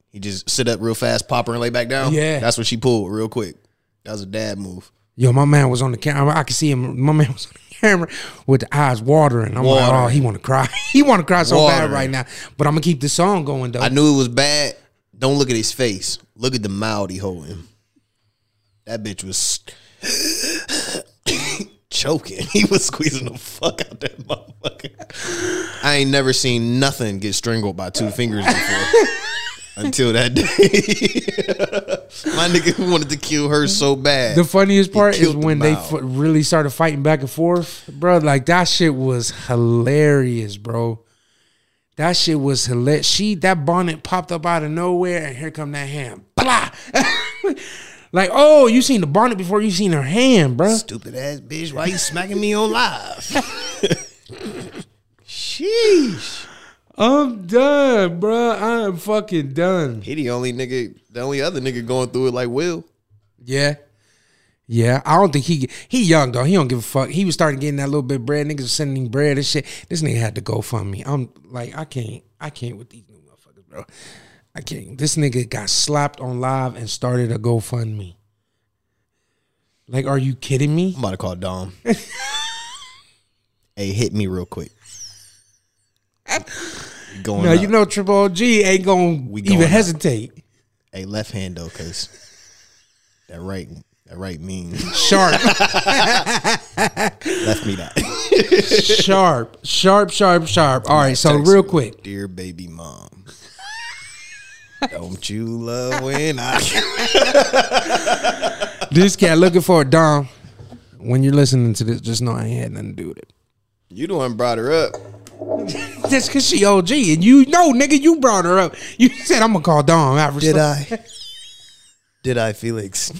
He just sit up real fast, pop her and lay back down. Yeah. that's what she pulled real quick. That was a dad move. Yo, my man was on the camera. I could see him. My man was on the camera with the eyes watering. I'm like, oh, Watering. he want to cry. he want to cry so bad Watering. right now. But I'm gonna keep the song going though. I knew it was bad. Don't look at his face. Look at the mouth he holding. That bitch was choking. He was squeezing the fuck out that motherfucker. I ain't never seen nothing get strangled by two fingers before. Until that day. My nigga wanted to kill her so bad. the funniest part is killed the when they mouth. fu- really started fighting back and forth, bro. Like that shit was hilarious, bro. That shit was hilarious. She that bonnet popped up out of nowhere, and here come that hand. Blah. like, oh, you seen the bonnet before you seen her hand, bro. Stupid ass bitch, why you smacking me on live? Sheesh. I'm done, bro. I'm fucking done. He the only nigga, the only other nigga going through it like Will. Yeah. Yeah, I don't think he he young though. He don't give a fuck. He was starting getting that little bit of bread. Niggas was sending him bread and shit. This nigga had to go fund me. I'm like, I can't, I can't with these new motherfuckers, bro. I can't. This nigga got slapped on live and started a GoFundMe. Like, are you kidding me? I'm about to call Dom. hey, hit me real quick. Going Now up. you know Triple G ain't gonna We going even up. hesitate. hey, left hand though, cause that right, that right mean Sharp, left me that. sharp, sharp, sharp, sharp. All right, so Text real me, quick. dear baby mom. Don't you love when I? This cat looking for a Dom. When you're listening to this, just know I ain't had nothing to do with it. you the one brought her up. Just cause she OG and you know, nigga, you brought her up. You said I'm gonna call Dom after Did I? Did I, Felix?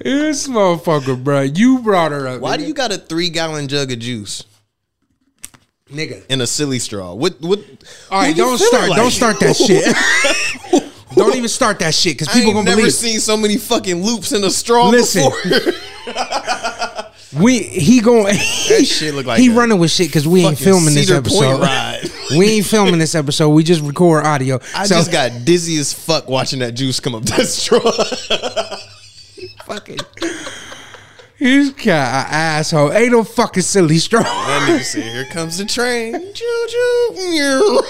This motherfucker, bro. You brought her up. Why do you got a three gallon jug of juice nigga? and a silly straw? What? What? All right, who you don't feeling start. like? Don't start that shit. don't even start that shit because I people ain't gonna never believe. seen so many fucking loops in a straw Listen. before. we he going. That shit look like he a running with shit because we ain't fucking filming this Cedar episode. Point ride. we ain't filming this episode. We just record audio. I So- just got dizzy as fuck watching that juice come up that straw. fucking. He's got an asshole. Ain't no fucking silly straw. that nigga said, "Here comes the train." Choo-choo.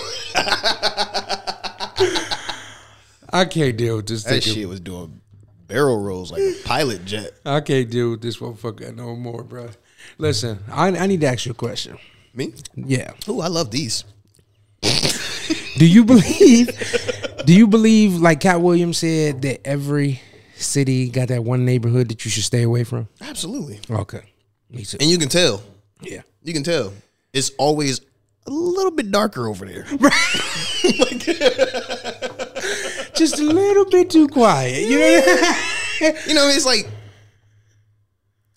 I can't deal with this. That nigga. shit was doing barrel rolls like a pilot jet. I can't deal with this motherfucker no more, bro. Listen, I, I need to ask you a question. Me? Yeah. Ooh, I love these. Do you believe? do you believe like Cat Williams said that every city got that one neighborhood that you should stay away from? Absolutely. Okay. Me too. And you can tell. Yeah. You can tell. It's always a little bit darker over there. Just a little bit too quiet. You know. You know, it's like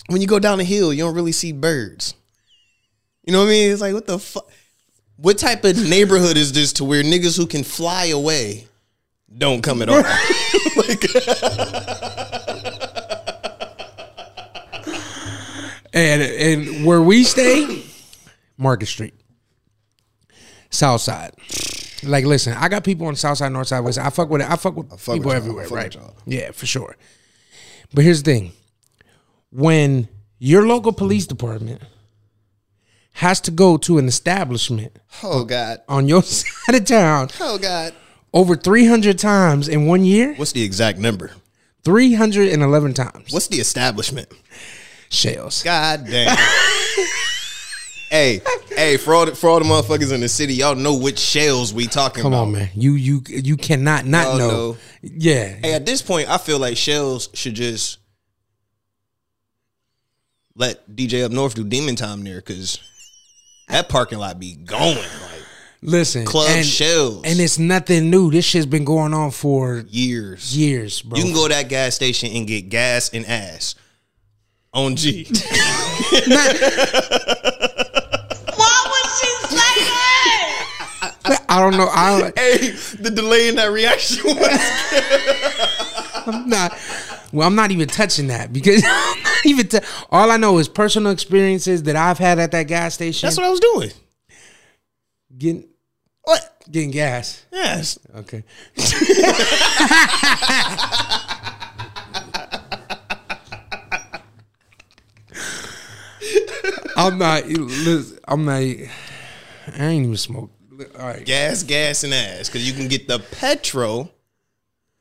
when you go down the hill, you don't really see birds. You know what I mean? It's like what the fuck? What type of neighborhood is this to where niggas who can fly away don't come at all? And and where we stay, Market Street. Southside. Like, listen, I got people on Southside, Northside, West. I fuck with it. I fuck with people fuck with y'all. I everywhere, fuck with right? y'all. Yeah, for sure. But here's the thing: when your local police department has to go to an establishment Oh God. on your side of town Oh God. over 300 times in one year, What's the exact number? 311 times. What's the establishment? shells? God damn. hey, hey, for all the, for all the motherfuckers in the city, y'all know which shells we talking Come about. on, man. You you you cannot not Y'all know. know. Yeah. Hey, at this point, I feel like shells should just let DJ up north do demon time there because that parking lot be going like Listen. club and, shells and it's nothing new. This shit's been going on for years. years, bro. You can go to that gas station and get gas and ass on G. I don't know. I don't hey, the delay in that reaction was I'm not. Well, I'm not even touching that because I'm not even. tou- all I know is personal experiences that I've had at that gas station. that's what I was doing. getting What? getting gas. Yes. Okay. I'm not. listen, I'm not. I ain't even smoke. All right. Gas, gas, and ass. Cause you can get the petrol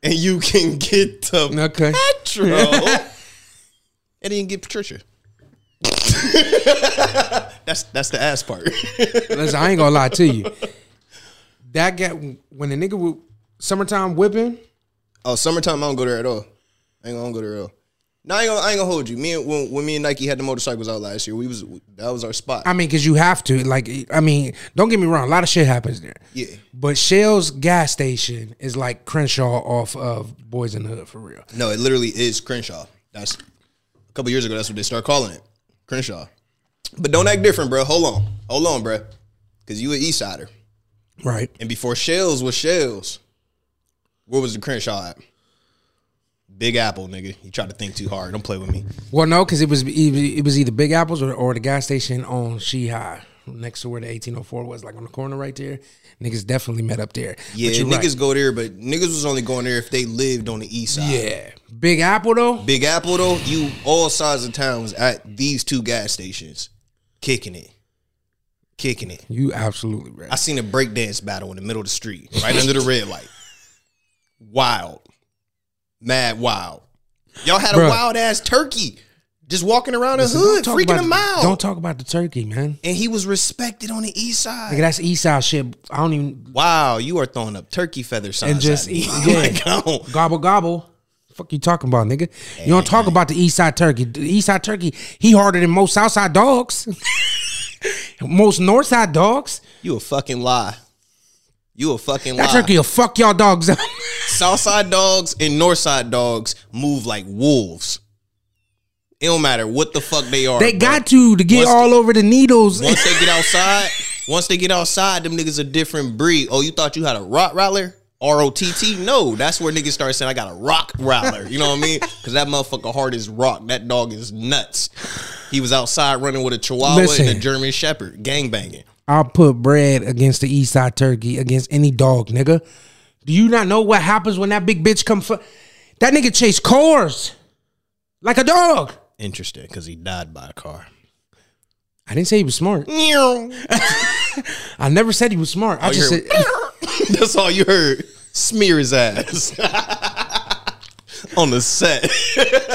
and you can get the Okay. Petro. and then get Patricia. that's that's the ass part. Listen, I ain't gonna lie to you. That guy, when the nigga would summertime whipping, oh, summertime, I don't go there at all. I ain't gonna I don't go there at all. No, I ain't gonna, I ain't gonna hold you. Me and when, when me and Nike had the motorcycles out last year, we was that was our spot. I mean, cause you have to. Like, I mean, don't get me wrong. A lot of shit happens there. yeah, But Shell's gas station is like Crenshaw off of Boys in the Hood for real. no, it literally is Crenshaw. That's a couple years ago. That's what they start calling it, Crenshaw. But don't act different, bro. Hold on, hold on, bro, because you an East Sider, Right. and before Shells was Shells, where was the Crenshaw at? Big Apple, nigga. You try to think too hard. Don't play with me. Well, no, because it was it was either Big Apples or, or the gas station on She High next to where the 1804 was, like on the corner right there. Niggas definitely met up there. But Yeah, you're niggas right. go there, but niggas was only going there if they lived on the east side. Yeah, Big Apple though. Big Apple though, you all sides of town was at these two gas stations, kicking it, kicking it. You absolutely right. I seen a breakdance battle in the middle of the street, right under the red light. Wild, mad wild. Y'all had a Bruh. wild ass turkey just walking around the Listen, hood, talk freaking about him the- out. Don't talk about the turkey, man. and he was respected on the east Like, side. that's East Side shit. I don't even Wow, you are throwing up turkey feather signs and just at me. eat. Like, Yeah, I don't- gobble gobble. Fuck you talking about, nigga? You don't talk about the East Side Turkey. The East Side Turkey, he harder than most Southside dogs, most North Side dogs. You a fucking lie. You a fucking That lie. turkey will fuck y'all dogs up. Southside dogs and Northside dogs move like wolves. It don't matter what the fuck they are. they bro. got you to get Once all over the needles. Once they get outside, once they get outside, them niggas a different breed. Oh, you thought you had a rock rattler? R O T T? No, that's where niggas start saying I got a rock rattler. You know what I mean? Because that motherfucker hard as rock. That dog is nuts. He was outside running with a Chihuahua and Listen. a German Shepherd, gang banging. I'll put bread against the East Side Turkey against any dog, nigga. Do you not know what happens when that big bitch come? Fu- that nigga chase cars like a dog. Interesting, because he died by a car. I didn't say he was smart. I never said he was smart. I All you just said heard- That's all you heard. Smear his ass on the set.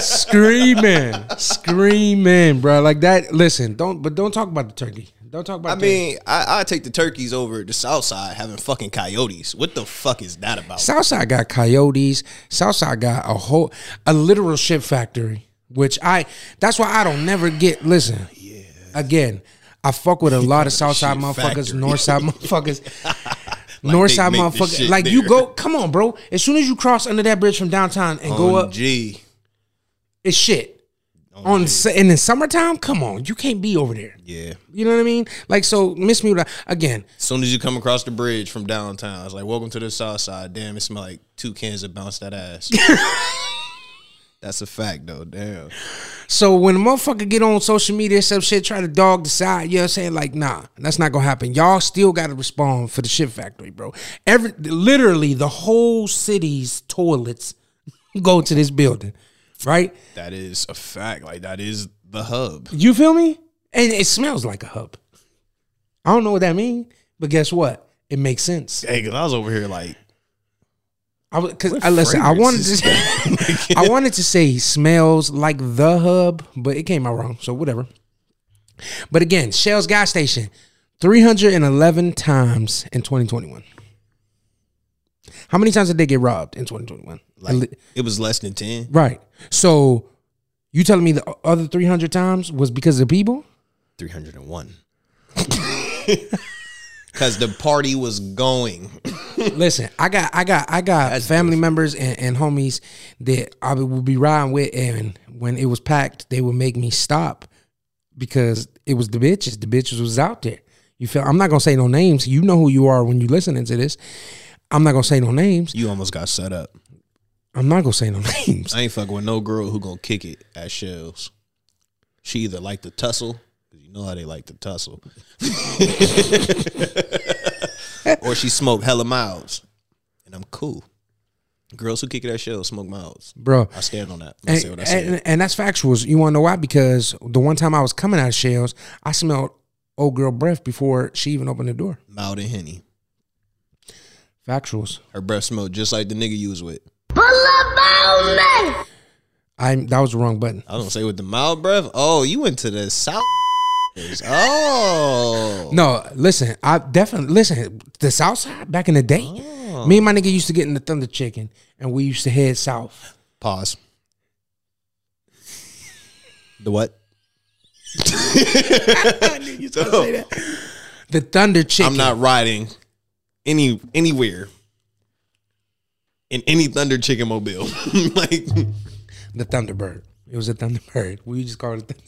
screaming, screaming, bro. Like that. Listen, don't but don't talk about the turkey. Don't talk about. I the turkey. mean, I, I take the turkeys over the south side having fucking coyotes. What the fuck is that about? Southside got coyotes. Southside got a whole a literal shit factory, which I that's why I don't never get. Listen, again, I fuck with a lot of Southside shit motherfuckers, factory. Northside motherfuckers, they Northside make this motherfuckers. shit Like you there. go, come on, bro. As soon as you cross under that bridge from downtown and go On up, G. it's shit. On s- and in summertime, come on, you can't be over there. Yeah. You know what I mean? Like so, Miss Mula again. As soon as you come across the bridge from downtown, it's like, welcome to the south side. Damn, it smell like two cans of bounce that ass. That's a fact, though. Damn. So when a motherfucker get on social media and some shit, try to dog the side, you know what I'm saying? Like, nah, that's not gonna happen. Y'all still gotta respond for the shit factory, bro. Every literally the whole city's toilets go to this building, right? That is a fact. Like that is the hub. You feel me? And it smells like a hub. I don't know what that means, but guess what? It makes sense. Hey, cause I was over here like, I was because I listen. I wanted to, say- I wanted to say he smells like the hub, but it came out wrong. So whatever. But again, Shell's gas station, three hundred and eleven times in twenty twenty one. How many times did they get robbed in twenty twenty one? like it was less than ten. Right. So you telling me the o- other three hundred times was because of people? Three hundred and one. Cause the party was going. Listen, I got, I got, I got family members and, and homies that I would be riding with, and when it was packed, they would make me stop because it was the bitches. The bitches was out there. You feel? I'm not gonna say no names. You know who you are when you listening to this. I'm not gonna say no names. You almost got set up. I'm not gonna say no names. I ain't fucking with no girl who gonna kick it at shells. She either like to tussle, 'cause you know how they like to tussle, or she smoke hella miles, and I'm cool. Girls who kick it at shells smoke miles. Bro, I stand on that. I and, say what I said. and, and that's factuals. You want to know why? Because the one time I was coming out of shells, I smelled old girl breath before she even opened the door. Mild and henny. Factuals. Her breath smelled just like the nigga you was with. I that was the wrong button. I don't say with the mild breath. Oh, you went to the south. Oh, No, listen, I definitely listen. The South Side back in the day, Oh. me and my nigga used to get in the Thunder Chicken, and we used to head south. pause. The what? The Thunder Chicken. I'm not riding any anywhere in any Thunder Chicken Mobile. like, the Thunderbird. It was a Thunderbird. We just called it. Thunder.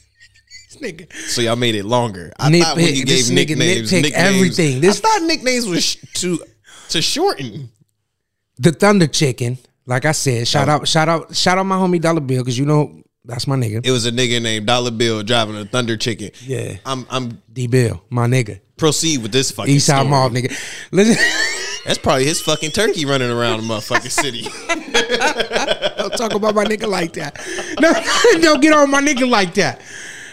this nigga. so y'all made it longer. I Nitpick. thought when you This gave nigga nicknames, nitpick nicknames, everything. This- I thought nicknames was sh- to to shorten. The Thunder Chicken. Like I said, shout out, shout out, shout out my homie Dollar Bill because you know that's my nigga. It was a nigga named Dollar Bill driving a Thunder Chicken. Yeah. I'm I'm D Bill, my nigga. proceed with this fucking Eastside story. Mall nigga. Listen, That's probably his fucking turkey running around the motherfucking city. don't talk about my nigga like that. No, don't get on my nigga like that.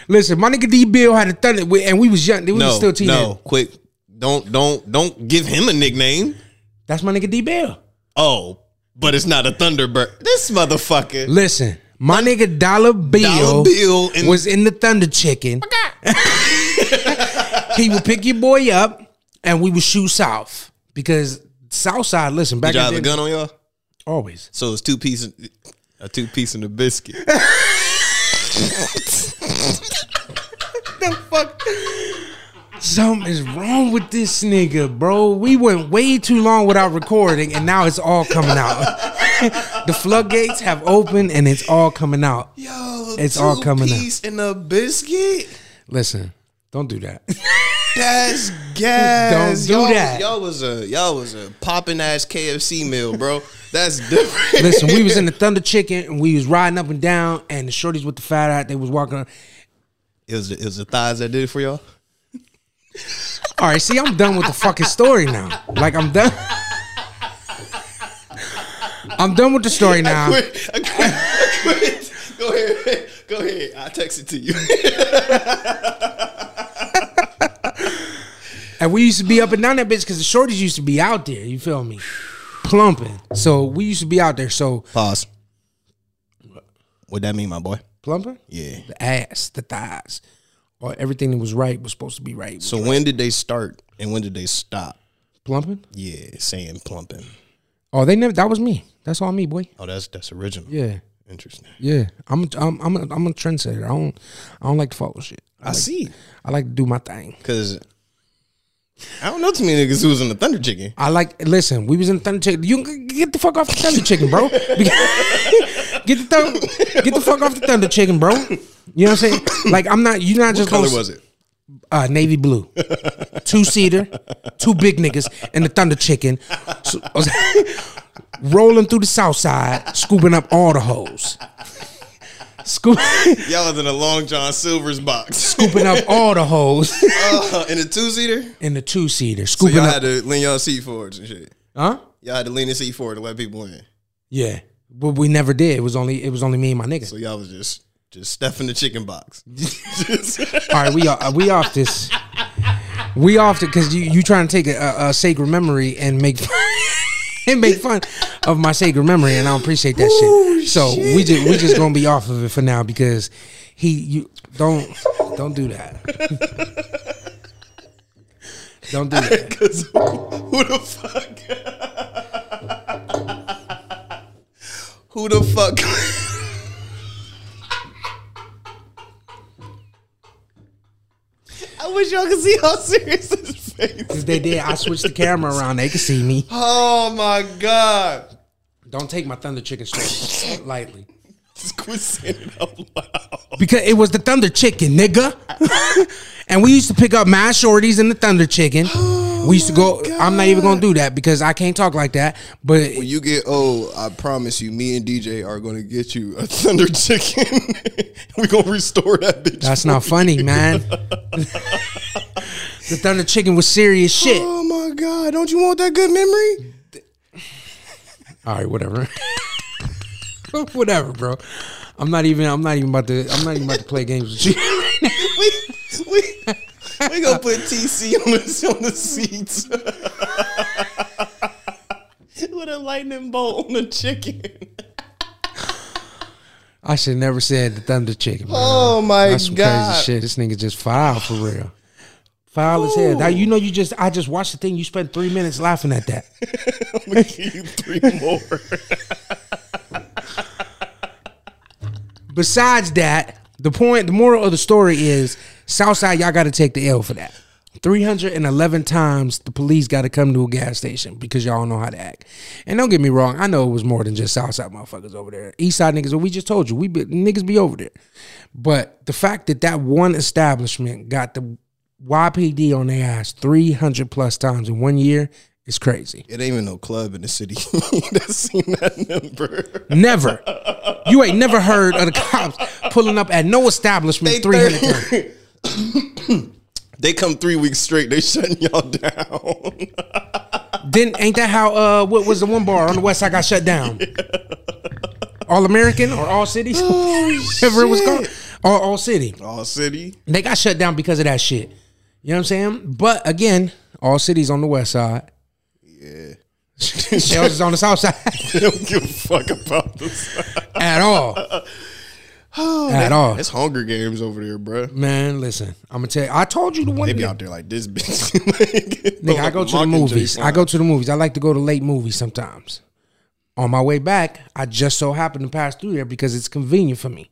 Listen, my nigga D Bill had a thunder, we- and we was young. We was no, still teenagers. no, quick, don't don't don't give him a nickname. That's my nigga D Bill. Oh, but it's not a Thunderbird. This motherfucker. Listen, my nigga Dollar Bill, Dollar Bill and- was in the Thunder Chicken. he would pick your boy up, and we would shoot south because Southside. Listen, back Did y'all in have the a day, gun on y'all? always. So it's two piece, a two piece and a biscuit. Something is wrong with this nigga, bro. We went way too long without recording, and now it's all coming out. the floodgates have opened, and it's all coming out. Yo, It's all coming out. piece and a biscuit. Listen, don't do that. That's gas. Don't do y'all, that. Y'all was a y'all was a popping ass KFC meal, bro. That's different. Listen, we was in the Thunder Chicken, and we was riding up and down, and the shorties with the fat hat, they was walking. Up. It was it was the thighs that did it for y'all. All right, see, I'm done with the fucking story now. Like I'm done. I'm done with the story now. quit. I quit. I quit. Go ahead. Go ahead. I text it to you. And we used to be up and down that bitch because the shorties used to be out there. You feel me? Plumping. So we used to be out there. So Pause. What that mean, my boy? plumping, Yeah. the ass, the thighs, or everything that was right was supposed to be right. So when did they start and when did they stop? plumping. Yeah, saying plumping. Oh, they never. That was me. That's all me, boy. Oh, that's that's original. Yeah, Interesting. yeah. I'm a, I'm I'm a, I'm a trendsetter. I don't I don't like to follow shit. I see. I like to do my thing. Cause I don't know too many niggas who was in the Thunder Chicken. I like listen. We was in Thunder Chicken. You can get the fuck off the Thunder Chicken, bro. get the thun- get the fuck off the Thunder Chicken, bro. You know what I'm saying? Like I'm not. You're not What just color gonna- was it? Uh, navy blue, two seater, two big niggas, and the Thunder Chicken, so, rolling through the South Side, scooping up all the hoes. Scoop, Y'all was in a Long John Silver's box scooping up all the holes uh, in a two seater. in the two seater. So Scooping y'all up, had to lean y'all seat forwards and shit. huh? Y'all had to lean the seat forward to let people in. Yeah, but we never did. It was only it was only me and my nigga. So y'all was just just stuffing the chicken box. Just- All right, we are we off this. We off it because you you trying to take a, a sacred memory and make and make fun of my sacred memory, and I don't appreciate that shit. So we just we just gonna be off of it for now because he you don't don't do that. don't do that. Cause who the fuck? who the fuck? I wish y'all could see how serious his face. If they did, I switched the camera around. They could see me. Oh my god! Don't take my thunder chicken straight lightly. Just quit saying it out loud. Because it was the Thunder Chicken, nigga. and we used to pick up my shorties in the Thunder Chicken. Oh we used to go. I'm not even gonna do that because I can't talk like that. But When you get old, I promise you, me and DJ are gonna get you a thunder chicken. we gonna restore that bitch. that's not funny, man. the Thunder Chicken was serious shit. Oh my god! Don't you want that good memory? All right, whatever. whatever, bro. I'm not even. I'm not even about to. I'm not even about to play games with you. we we we gonna put TC on the on the seats with a lightning bolt on the chicken. I should never said the Thunder Chicken. Man. Oh my That's some god! crazy shit. This nigga just foul for real. Foul as hell. Now, you know you just I just watched the thing. You spent three minutes laughing at that. I'm gonna give you three more. Besides that, the point, the moral of the story is Southside, y'all gotta take the L for that. 311 times the police gotta come to a gas station because y'all don't know how to act. And don't get me wrong, I know it was more than just Southside motherfuckers over there. Eastside niggas, we just told you, we be, niggas be over there. But the fact that that one establishment got the YPD on their ass 300 plus times in one year is crazy. It ain't even no club in the city that's seen that number. Never. You ain't never heard of the cops pulling up at no establishment 300 times. They come three weeks straight. They shutting y'all down. Then ain't that how uh what was the one bar on the west side got shut down? All American or All Cities? Oh, Whatever it was called. All, all City. All city. They got shut down because of that shit. You know what I'm saying? But again, All Cities on the west side. Yeah. Shells is on the south side They don't give a fuck about this. at all. at all. Oh, It's Hunger Games over there, bruh. Man, listen. I'm gonna tell you. I told you the one They be thing. out there like this bitch. Nigga, Nigga, I go to the movies. I go to the movies. I like to go to late movies sometimes. On my way back, I just so happened to pass through there because it's convenient for me.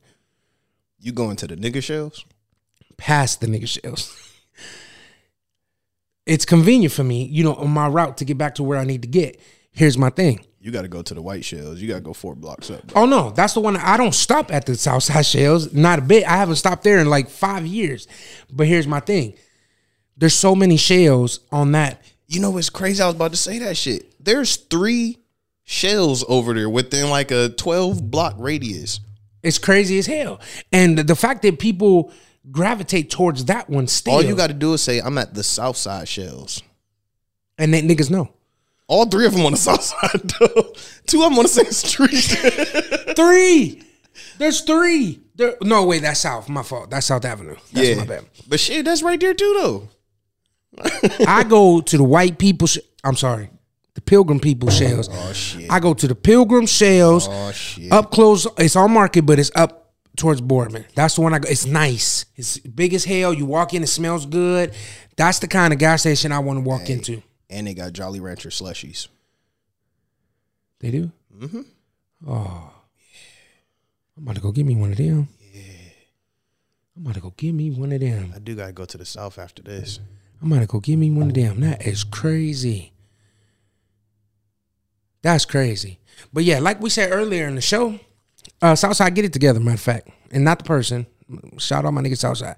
You going to the nigga shells? Past the nigga shells. it's convenient for me, you know, on my route to get back to where I need to get. Here's my thing. You got to go to the white shells. You got to go four blocks up. Oh no, that's the one I don't stop at the Southside Shells. Not a bit. I haven't stopped there in like five years. But here's my thing. There's so many shells on that. You know what's crazy? I was about to say that shit. There's three shells over there within like a twelve block radius. It's crazy as hell. And the fact that people gravitate towards that one still. All you got to do is say, "I'm at the south side shells." and that niggas know. All three of them on the south side. Though. Two of them on the same street. Three. There's three. There, no, wait, that's South. My fault. That's South Avenue. That's my bad. but shit, that's right there too, though. I go to the white people. Sh- I'm sorry, the pilgrim Oh, people shells. I go to the pilgrim shells. Up close, it's on market, but it's up towards Boardman. That's the one I go. It's nice. It's big as hell. You walk in, it smells good. That's the kind of gas station I want to walk into. And they got Jolly Rancher slushies. They do. Mm-hmm. Oh, I'm about to go get me one of them. Yeah. I'm about to go get me one of them. I do gotta go to the south after this. I'm gonna go give me one of them. That is crazy. That's crazy. But yeah, like we said earlier in the show, uh, Southside get it together. Matter of fact, and not the person. Shout out my nigga Southside.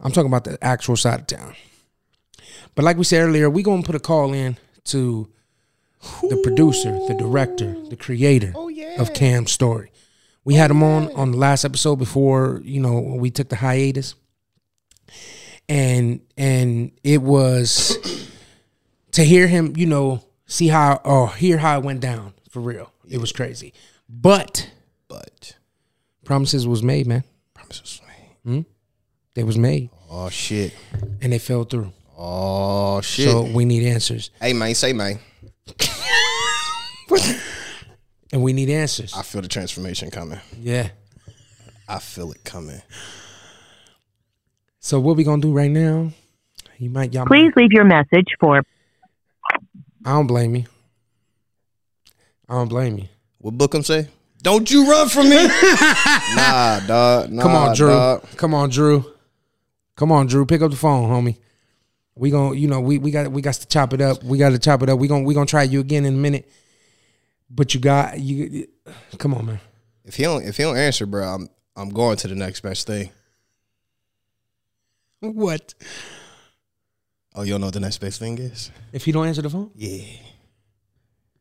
I'm talking about the actual side of town. But like we said earlier, we gonna put a call in to the producer, the director, the creator of Cam's Story. We had him on on the last episode before you know we took the hiatus, and and it was to hear him, you know, see how or hear how it went down for real. It was crazy, but But promises was made, man. Hmm? promises made. They was made Oh shit. and they fell through. Oh shit. So we need answers, hey man, say man. and we need answers. I feel the transformation coming. Yeah. I feel it coming. So what we gonna do right now? You might y'all. Please leave your message for I don't blame you. I don't blame you. What Bookham say? Don't you run from me. nah, dog. Nah, Come on, Drew. Uh, dog. Come on, Drew. Come on, Drew. Pick up the phone, homie. We gonna, you know, we we got we got to chop it up. We got to chop it up. We gonna we gonna try you again in a minute. But you got you. Come on, man. If he don't if he don't answer, bro, I'm I'm going to the next best thing. What? Oh, you don't know what the next best thing is? If he don't answer the phone, Yeah.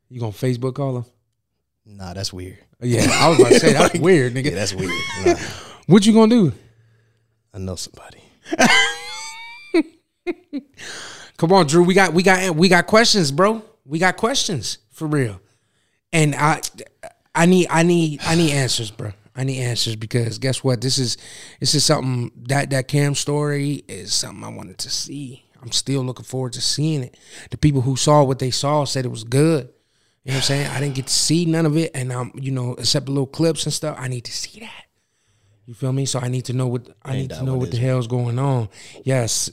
you gonna Facebook call him? Nah, that's weird. Yeah, I was about to say that's weird, Yeah, nigga. that's weird. Nah, What you gonna do? I know somebody. Come on, Drew. We got we got we got questions, bro. We got questions for real. And I I need I need I need answers, bro. I need answers because guess what? This is this is something that that Cam story is something I wanted to see. I'm still looking forward to seeing it. The people who saw what they saw said it was good. You know what I'm saying? I didn't get to see none of it, and I'm you know except the little clips and stuff. I need to see that. You feel me? So I need to know what I need to know what the hell's going on. Yes,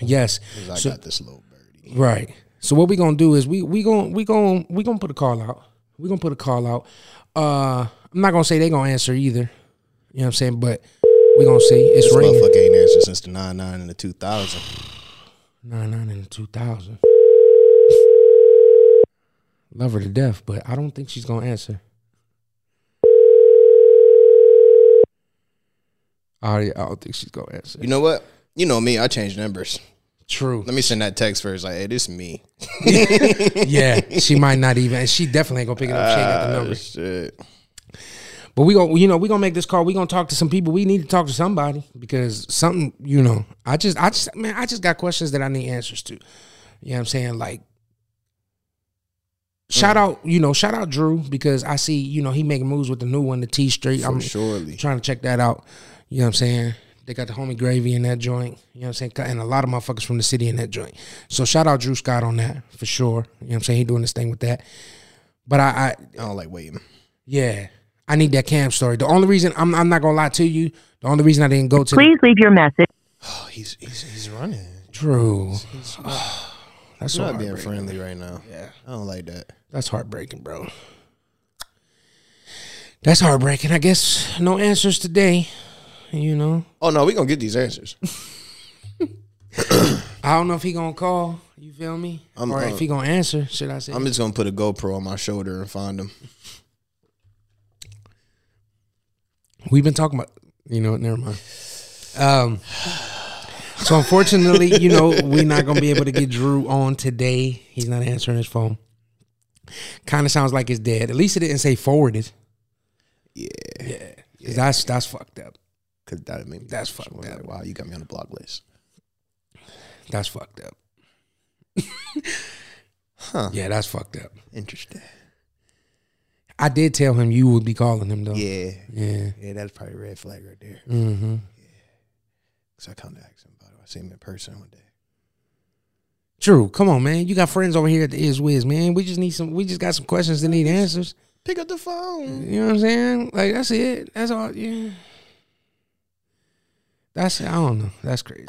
yes. 'Cause I So- got this little birdie. Right. So what we gonna do is we we gonna we gonna we gonna put a call out. We gonna put a call out. Uh, I'm not gonna say they gonna answer either. You know what I'm saying? But we gonna see. It's This ringing. motherfucker ain't answered since the nine nine and the two thousand. Nine nine in two thousand. Love her to death, but I don't think she's gonna answer. I I don't think she's gonna answer. You know what? You know me. I changed numbers. True. Let me send that text first. Like, hey, this is me. yeah, she might not even. and She definitely ain't gonna pick it up. She ain't Uh, got the numbers. Shit. But we gonna, you know, we gonna make this call. We gonna talk to some people. We need to talk to somebody because something, you know, I just, I just, man, I just got questions that I need answers to. You know what I'm saying? Like, shout out, you know, shout out Drew because I see, you know, he making moves with the new one, the T Street. I'm surely. trying to check that out. You know what I'm saying? They got the homie Gravy in that joint. You know what I'm saying? And a lot of motherfuckers from the city in that joint. So shout out Drew Scott on that for sure. You know what I'm saying? He doing this thing with that. But I, I I don't like waiting. yeah. I need that cam story. The only reason I'm I'm not gonna lie to you, the only reason I didn't go to please leave your message. Oh, he's he's he's running. Drew. That's so He's not being heartbreaking. friendly right now. Yeah. I don't like that. That's heartbreaking, bro. That's heartbreaking. I guess no answers today. You know. Oh no, we gonna get these answers. I don't know if he gonna call, you feel me? I'm- or uh, if he gonna answer, should I say? I'm just gonna put a GoPro on my shoulder and find them. We've been talking about, you know, what, never mind. Um, so unfortunately, you know, we're not gonna be able to get Drew on today. He's not answering his phone. Kind of sounds like it's dead. At least it didn't say forwarded. Yeah, yeah. That's that's fucked up. Cause that made me. That's fucked I'm like, up. wow, you got me on the block list. That's fucked up. huh? Yeah, that's fucked up. Interesting. I did tell him you would be calling him though. Yeah. Yeah. Yeah, that's probably a red flag right there. Mm-hmm. Cause I contacted somebody. I see him in person one day. True. Come on, man. You got friends over here at the Is Wiz, man. We just need some. We just got some questions that need answers. Pick up the phone. You know what I'm saying? Like that's it. That's all. Yeah. That's I don't know. That's crazy.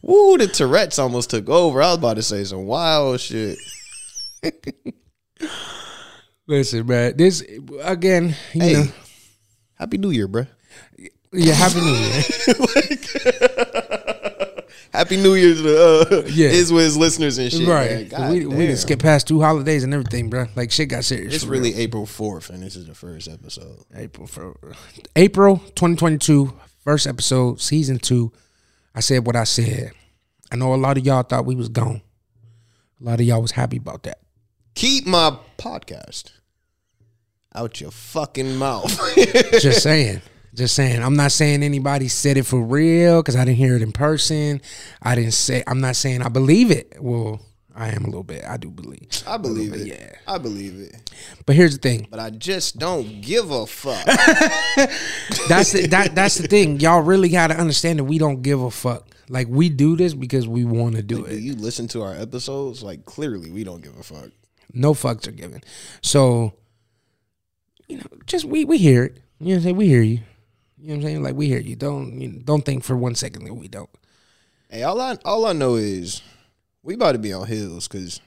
Woo, the Tourette's almost took over. I was about to say some wild shit. Listen, man. This again. You Hey. know. Happy New Year, bruh. Yeah. Happy New Year. Happy New Year to the uh, Yeah. Is Wiz listeners and shit. right. Right. we we didn't skip past two holidays and everything, bro. Like shit got serious. It's for really April 4th, and this is the first episode. real. April for April 2022 first episode season two. I said what I said. I know a lot of y'all thought we was gone. A lot of y'all was happy about that. Keep my podcast. out your fucking mouth. Just saying. Just saying. I'm not saying anybody said it for real because I didn't hear it in person. I didn't say. I'm not saying I believe it. Well, I am a little bit. I do believe. I believe it. I believe it. But here's the thing. But I just don't give a fuck. That's the, that. That's the thing. Y'all really got to understand that we don't give a fuck. Like we do this because we want to do Do it. you listen to our episodes? Like clearly we don't give a fuck. No fucks are given. So, you know, just we we hear it. You know what I'm saying? We hear you. You know what I'm saying? Like we hear you. Don't you don't think for one second that we don't. Hey, all I all I know is we about to be on hills because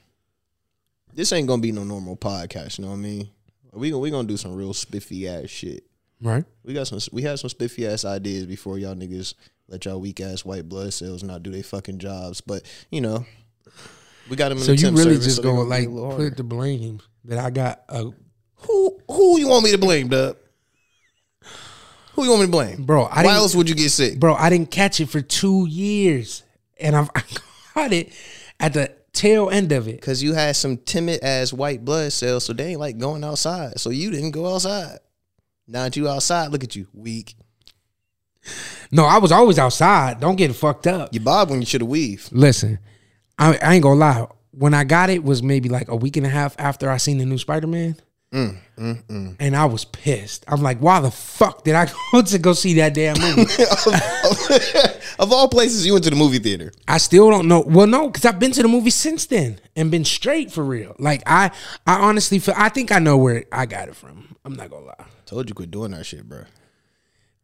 this ain't gonna be no normal podcast. You know what I mean? We gon- we gonna do some real spiffy ass shit. Right. We got some we had some spiffy ass ideas before y'all niggas let y'all weak ass white blood cells not do their fucking jobs. But you know, we got them. In So the you temp really service, just so they go gonna be like a little harder. put the blame that I got uh, a who who you want me to blame, Dub? Who you want me to blame, Bro, I Why didn't- else would you get sick? bro. I didn't catch it for two years, and I've, I caught it at the tail end of it. Cause you had some timid ass white blood cells, so they ain't like going outside. So you didn't go outside. Now that you outside, look at you, weak. No, I was always outside. Don't get it fucked up. You bob when you should have weave. Listen, I, I ain't gonna lie. When I got it was maybe like a week and a half after I seen the new Spider Man. Mm, And I was pissed. I'm like, why the fuck did I go to go see that damn movie? of all places, you went to the movie theater. I still don't know. Well, no, because I've been to the movie since then and been straight for real. Like I, I honestly feel. I think I know where I got it from. I'm not gonna lie. Told you quit doing that shit, bro.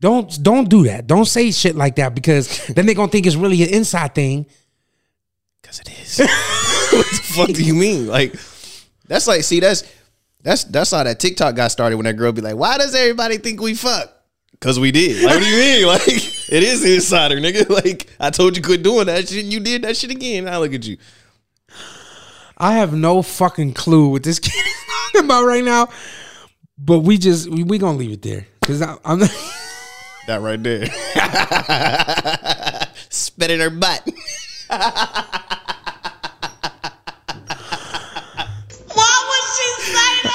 Don't don't do that. Don't say shit like that because then they're gonna think it's really an inside thing. Cause it is. what the fuck do you mean? Like that's like see that's that's that's how that TikTok got started when that girl be like, why does everybody think we fuck? Cause we did. Like what do you mean? Like it is insider, nigga. Like I told you quit doing that shit, and you did that shit again. Now look at you. I have no fucking clue what this kid is talking about right now. But we just we, we gonna leave it there because I'm not. That right there. Spit in her butt.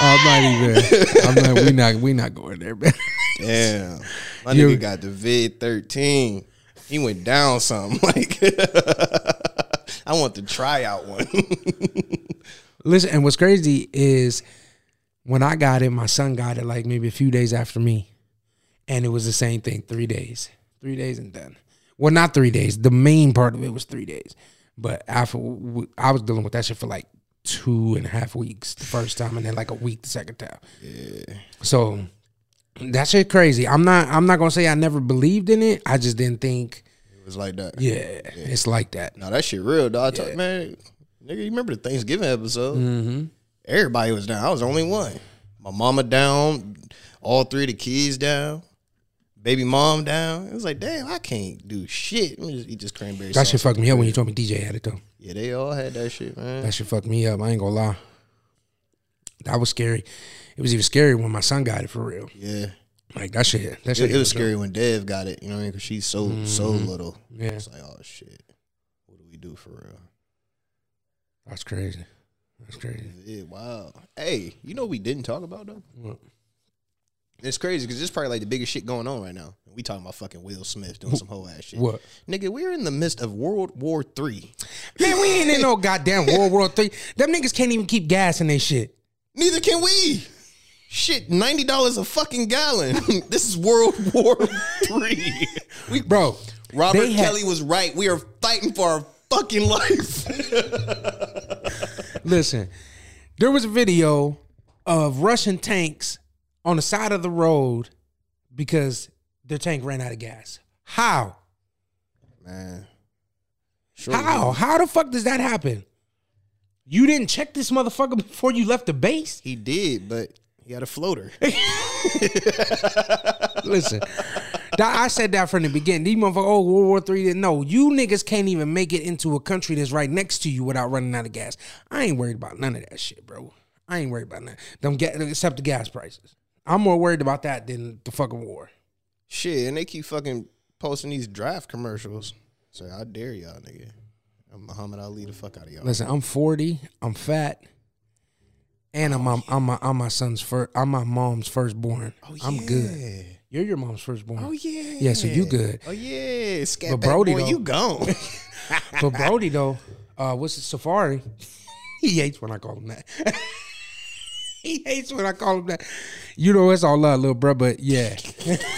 I'm not even. I'm not. We not. We not going there, man. Damn. My You- nigga got the vid 13. He went down something. Like I want the tryout one. Listen, and what's crazy is when I got it, my son got it like maybe a few days after me. And it was the same thing, three days. Three days and done. Well, not three days. The main part of it was three days. But after I was dealing with that shit for like two and a half weeks the first time and then like a week the second time. Yeah. So that shit crazy. I'm not I'm not gonna say I never believed in it. I just didn't think, it was like that. yeah, it's like that. No, that shit real, dog. I talk- man, nigga, you remember the Thanksgiving episode? Mm-hmm. Everybody was down. I was the only one. My mama down, all three of the kids down, baby mom down. It was like, damn, I can't do shit. Let me just eat this cranberry That sauce. shit fucked me up when you told me DJ had it though. Yeah, they all had that shit, man. That shit fucked me up. I ain't gonna lie. That was scary. It was even scary when my son got it for real. Yeah. Like that shit. That shit Mm-hmm. It, it was scary when Dev got it, you know what I mean? Because she's so, so little. Yeah. It's like, oh, shit. What do we do for real? That's crazy. That's crazy. Yeah, wow. Hey, you know what we didn't talk about, though? What? It's crazy because this is probably like the biggest shit going on right now. We talking about fucking Will Smith doing some whole ass shit. What? Nigga, we're in the midst of World War Three. Man, we ain't in no goddamn World War Three. Them niggas can't even keep gas in their shit. Neither can we. Shit, ninety dollars a fucking gallon. this is World War Three. We Bro, Robert they had- Kelly was right. We are fighting for our fucking life. Listen, there was a video of Russian tanks on the side of the road because their tank ran out of gas. How? Man. Sure. How? How the fuck does that happen? You didn't check this motherfucker before you left the base? He did, but he had a floater. Listen, that, I said that from the beginning. These motherfuckers, oh, World War Three. didn't- No, you niggas can't even make it into a country that's right next to you without running out of gas. I ain't worried about none of that shit, bro. I ain't worried about none. Them ga- except the gas prices. I'm more worried about that than the fucking war. Shit, and they keep fucking posting these draft commercials. So I dare y'all, nigga. I'm Muhammad Ali the fuck out of y'all. Listen, I'm 40. I'm fat. And I'm, I'm, I'm, my, I'm my son's first. I'm my mom's firstborn. I'm good. You're your mom's firstborn. Oh yeah. Yeah, so you good. Oh yeah. Scat But but Brody, Brody, boy, though- you gone. But Brody though, uh, what's it, Safari? he hates when I call him that. he hates when I call him that. You know, it's all love, little bro. But yeah,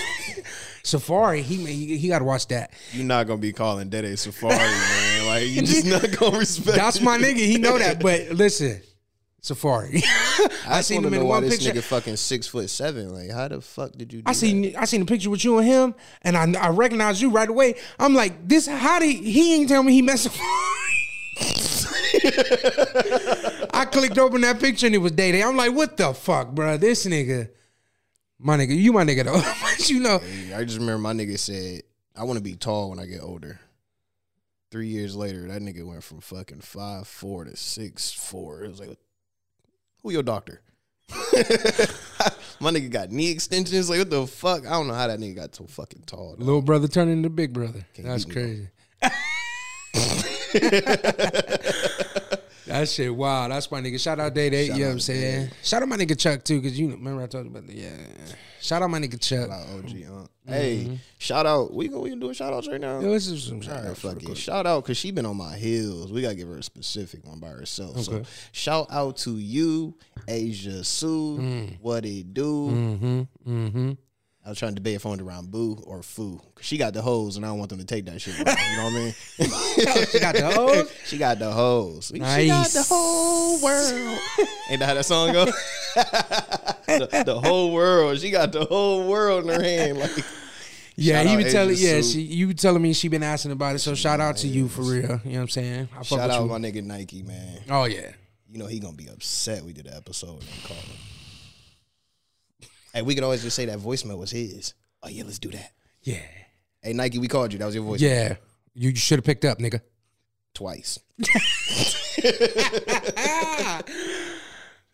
Safari. He he, he got to watch that. You're not gonna be calling Dede Safari, man. Like you just not gonna respect. That's it. my nigga. He know that. But listen, Safari. I, just seen wanna him know in why one this picture. nigga fucking six foot seven. Like how the fuck did you? Do I seen I seen a picture with you and him, and I I recognize you right away. I'm like, this how did he ain't tell me he messed up. I clicked open that picture and it was Day Day. I'm like, what the fuck, bro? This nigga, my nigga, you my nigga though, but you know, that? I just remember my nigga said, "I want to be tall when I get older." Three years later, that nigga went from fucking five four to six four. It was like, who your doctor? my nigga got knee extensions. Like what the fuck? I don't know how that nigga got so fucking tall. dog. little brother turning into big brother. That's beat me, crazy. that shit wow. That's my nigga. Shout out Day Day. You know what I'm saying? Shout out my nigga Chuck too, cause you know, remember I told you about the yeah. Shout out my nigga Chuck. Shout out OG, huh? Hey, shout out. We gonna we can do a shout outs right now. Yo, this is some All right, fuck it. Shout out because she been on my heels. We gotta give her a specific one by herself. So Okay. shout out to you, Asia Sue. What it do? Mm. Mm-hmm. I was trying to debate if I wanted around Boo or Foo. 'Cause she got the hoes, and I don't want them to take that shit. From her, you know what I mean? She got the hoes? She got the hoes. She got the Nice. whole world. Ain't that how that song go? the, the whole world. She got the whole world in her hand. Like Yeah, Shout he out been telling. Asia Yeah, Sue. she you been telling me she been asking about it. So shout out to you for real. You know what I'm saying? I fuck shout with out you. my nigga Nike, man. oh yeah, you know he gonna be upset we did an episode and call him. hey, we could always just say that voicemail was his. Oh yeah, let's do that. yeah, Hey Nike, we called you. That was your voicemail yeah. You, you should have picked up, nigga. twice.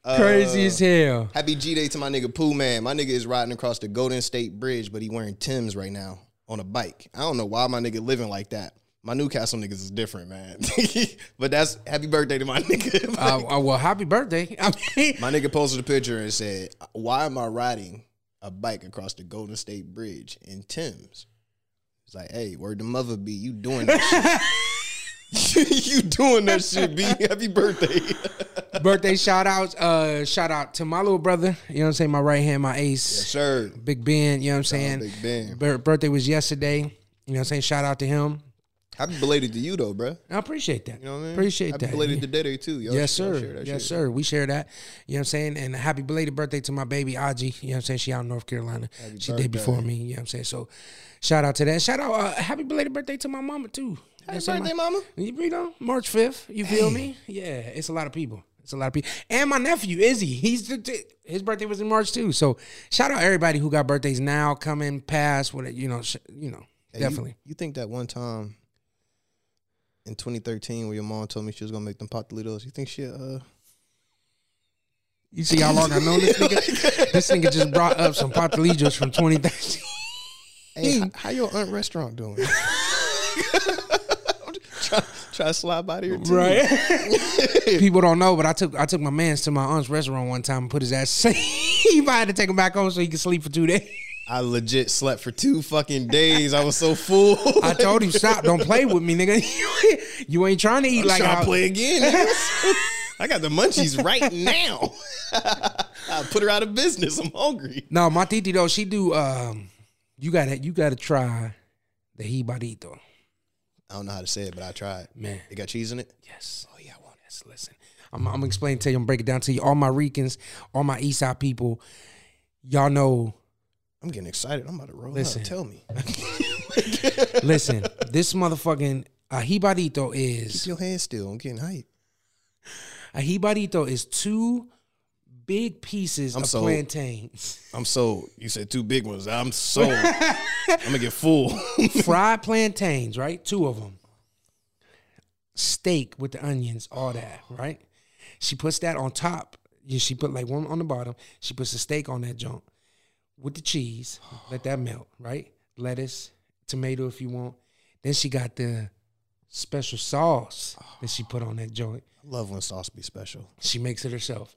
Uh, Crazy as hell. Happy G Day to my nigga Pooh Man. My nigga is riding across the Golden State Bridge, but he wearing Tim's right now on a bike. I don't know why my nigga living like that. My Newcastle niggas is different, man. but that's happy birthday to my nigga. Uh, uh, well, happy birthday. I mean, My nigga posted a picture and said, "Why am I riding a bike across the Golden State Bridge in Tim's?" It's like, "Hey, word to mother be you doing that shit? you doing that shit? B, happy birthday!" birthday shout outs. Uh, shout out to my little brother. You know what I'm saying? My right hand, my ace. Sir, Big Ben, you know what I'm saying? Big Ben. Bir- birthday was yesterday. You know what I'm saying? Shout out to him. happy belated to you though, bruh. I appreciate that. You know what I mean? Appreciate happy that. belated Yeah. to Diddy too. Y'all Yes, should- y'all sir. share that Yes, shit. sir. We share that. You know what I'm saying? And happy belated birthday to my baby Aji. You know what I'm saying? She out in North Carolina. she did before me. You know what I'm saying? So shout out to that. Shout out uh, happy belated birthday to my mama too. Happy birthday, mama. You you know, March 5th. You feel me? Yeah, it's a lot of people. It's a lot of people. And my nephew, Izzy, he's the, the- his birthday was in March too. So shout out everybody who got birthdays now, coming, past, what you know, sh- you know, Hey, you- definitely. You, think that one time in 2013 when your mom told me she was gonna make them potlitos, you think she uh? You, see how long I know this nigga? this nigga just brought up some patalitos from 2013. Hey, h- how your aunt restaurant doing? try, try to slide by there too. Right. People don't know, but I took I took my man's to my aunt's restaurant one time and put his ass asleep. I had to take him back home so he could sleep for two days. I legit slept for two fucking days. I was so full. I told him, stop, don't play with me, nigga. you ain't trying to eat like like I how- play again. niggas. I got the munchies right now. I put her out of business. I'm hungry. No, my titi though, she do um you gotta you gotta try the hibadito. I don't know how to say it, but I tried. Man. it got cheese in it. Yes. Oh yeah, I want this. Listen. I'm I'm gonna explain to you, I'm gonna break it down to you. All my Ricans, all my East Side people, y'all know I'm getting excited. I'm about to roll Listen. up. Tell me, listen, this motherfucking a hibadito is keep your hands still. I'm getting hype. A jibadito is two big pieces I'm of sold. plantains. I'm sold. You said two big ones. I'm sold. I'm gonna get full. Fried plantains, right? Two of them. Steak with the onions, all that, right? She puts that on top. Yeah, she put like one on the bottom. She puts the steak on that junk with the cheese. Let that melt, right? Lettuce, tomato if you want. Then she got the special sauce that she put on that joint. Love when sauce be special. She makes it herself.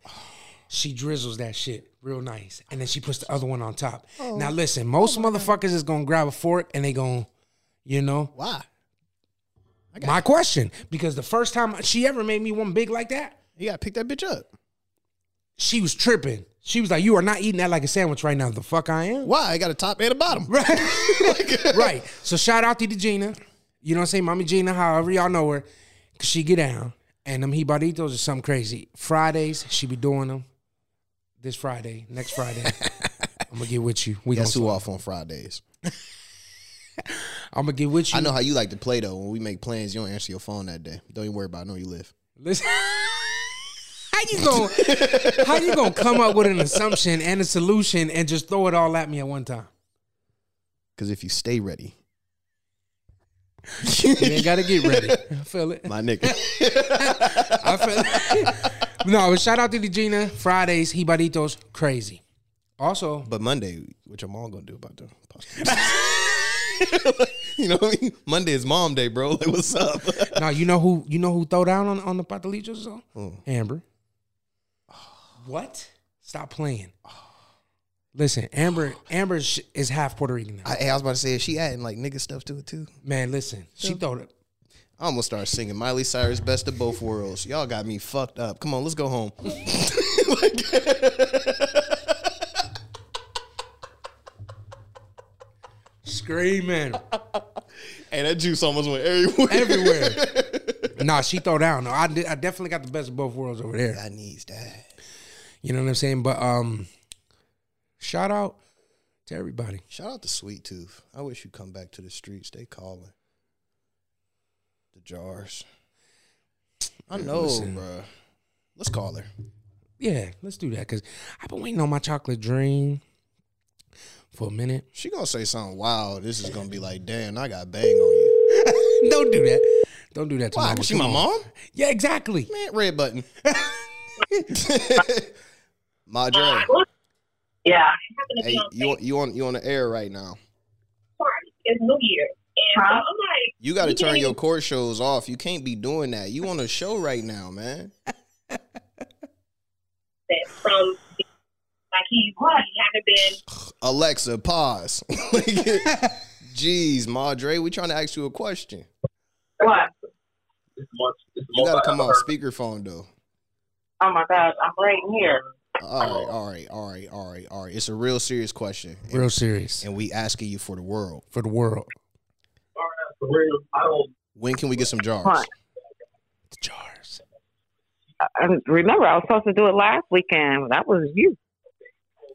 She drizzles that shit real nice, and then she puts the other one on top. Now listen, most motherfuckers is gonna grab a fork and they gonna, you know, Why? my question because the first time she ever made me one big like that, You gotta pick that bitch up. she was tripping. She was like, "You are not eating that like a sandwich right now." The fuck I am. Why? I got a top and a bottom. Right. right. So shout out to the Gina. You know what I'm saying? Mommy Gina, however y'all know her, cause she get down. And them hibaritos are something crazy. Fridays, she be doing them. This Friday, next Friday. I'm gonna get with you. We Guess gonna who off on Fridays? I'm gonna get with you. I know how you like to play though. When we make plans, you don't answer your phone that day. Don't even worry about it. I know where you live. Listen. How you gonna how you gonna come up with an assumption and a solution and just throw it all at me at one time? Because if you stay ready, You ain't gotta get ready. I feel it. my nigga. I feel No, but shout out to the Gina. Fridays, hibaritos, crazy. Also, But Monday, what your mom gonna do about the podcast? you know what I mean? Monday is mom day, bro. Like, what's up? Now you know who you know who throw down on, on the patalitos song? Amber. What? Stop playing. Listen, Amber Amber sh- is half Puerto Rican now. I, hey, I was about to say, is she adding like nigga stuff to it too? Man, listen, she throw it. I'm gonna start singing Miley Cyrus, "Best of Both Worlds." Y'all got me fucked up. Come on, let's go home. Screaming hey, that juice almost went everywhere. everywhere. nah, she throw down. No, I, did, I definitely got the best of both worlds over there. I needs that. You know what I'm saying? But um, shout out to everybody. Shout out to Sweet Tooth. I wish you come back to the streets. They calling. The jars. I know, listen. bro. Let's call her. Yeah, let's do that because I've been waiting on my chocolate dream for a minute. She gonna say something wild. This is gonna be like, damn, I got bang on you. Don't do that. Don't do that to Why? mama. She Come my on. mom? Yeah, exactly. Man, red button. Madre, Yeah. hey, you you on you on the air right now? It's New Year. And I'm like, You got to turn your court shows off. You can't be doing that. You on a show right now, man. that from like he what he haven't been Alexa, pause. Like, Jeez, Madre, we trying to ask you a question. what? You got to come off speakerphone though. Oh my God, I'm right here. All right, all right, all right, all right, all right. It's a real serious question, Real serious and we asking you for the world. for the world. When can we get some jars? The jars. I, Um, remember, I was supposed to do it last weekend. That was you.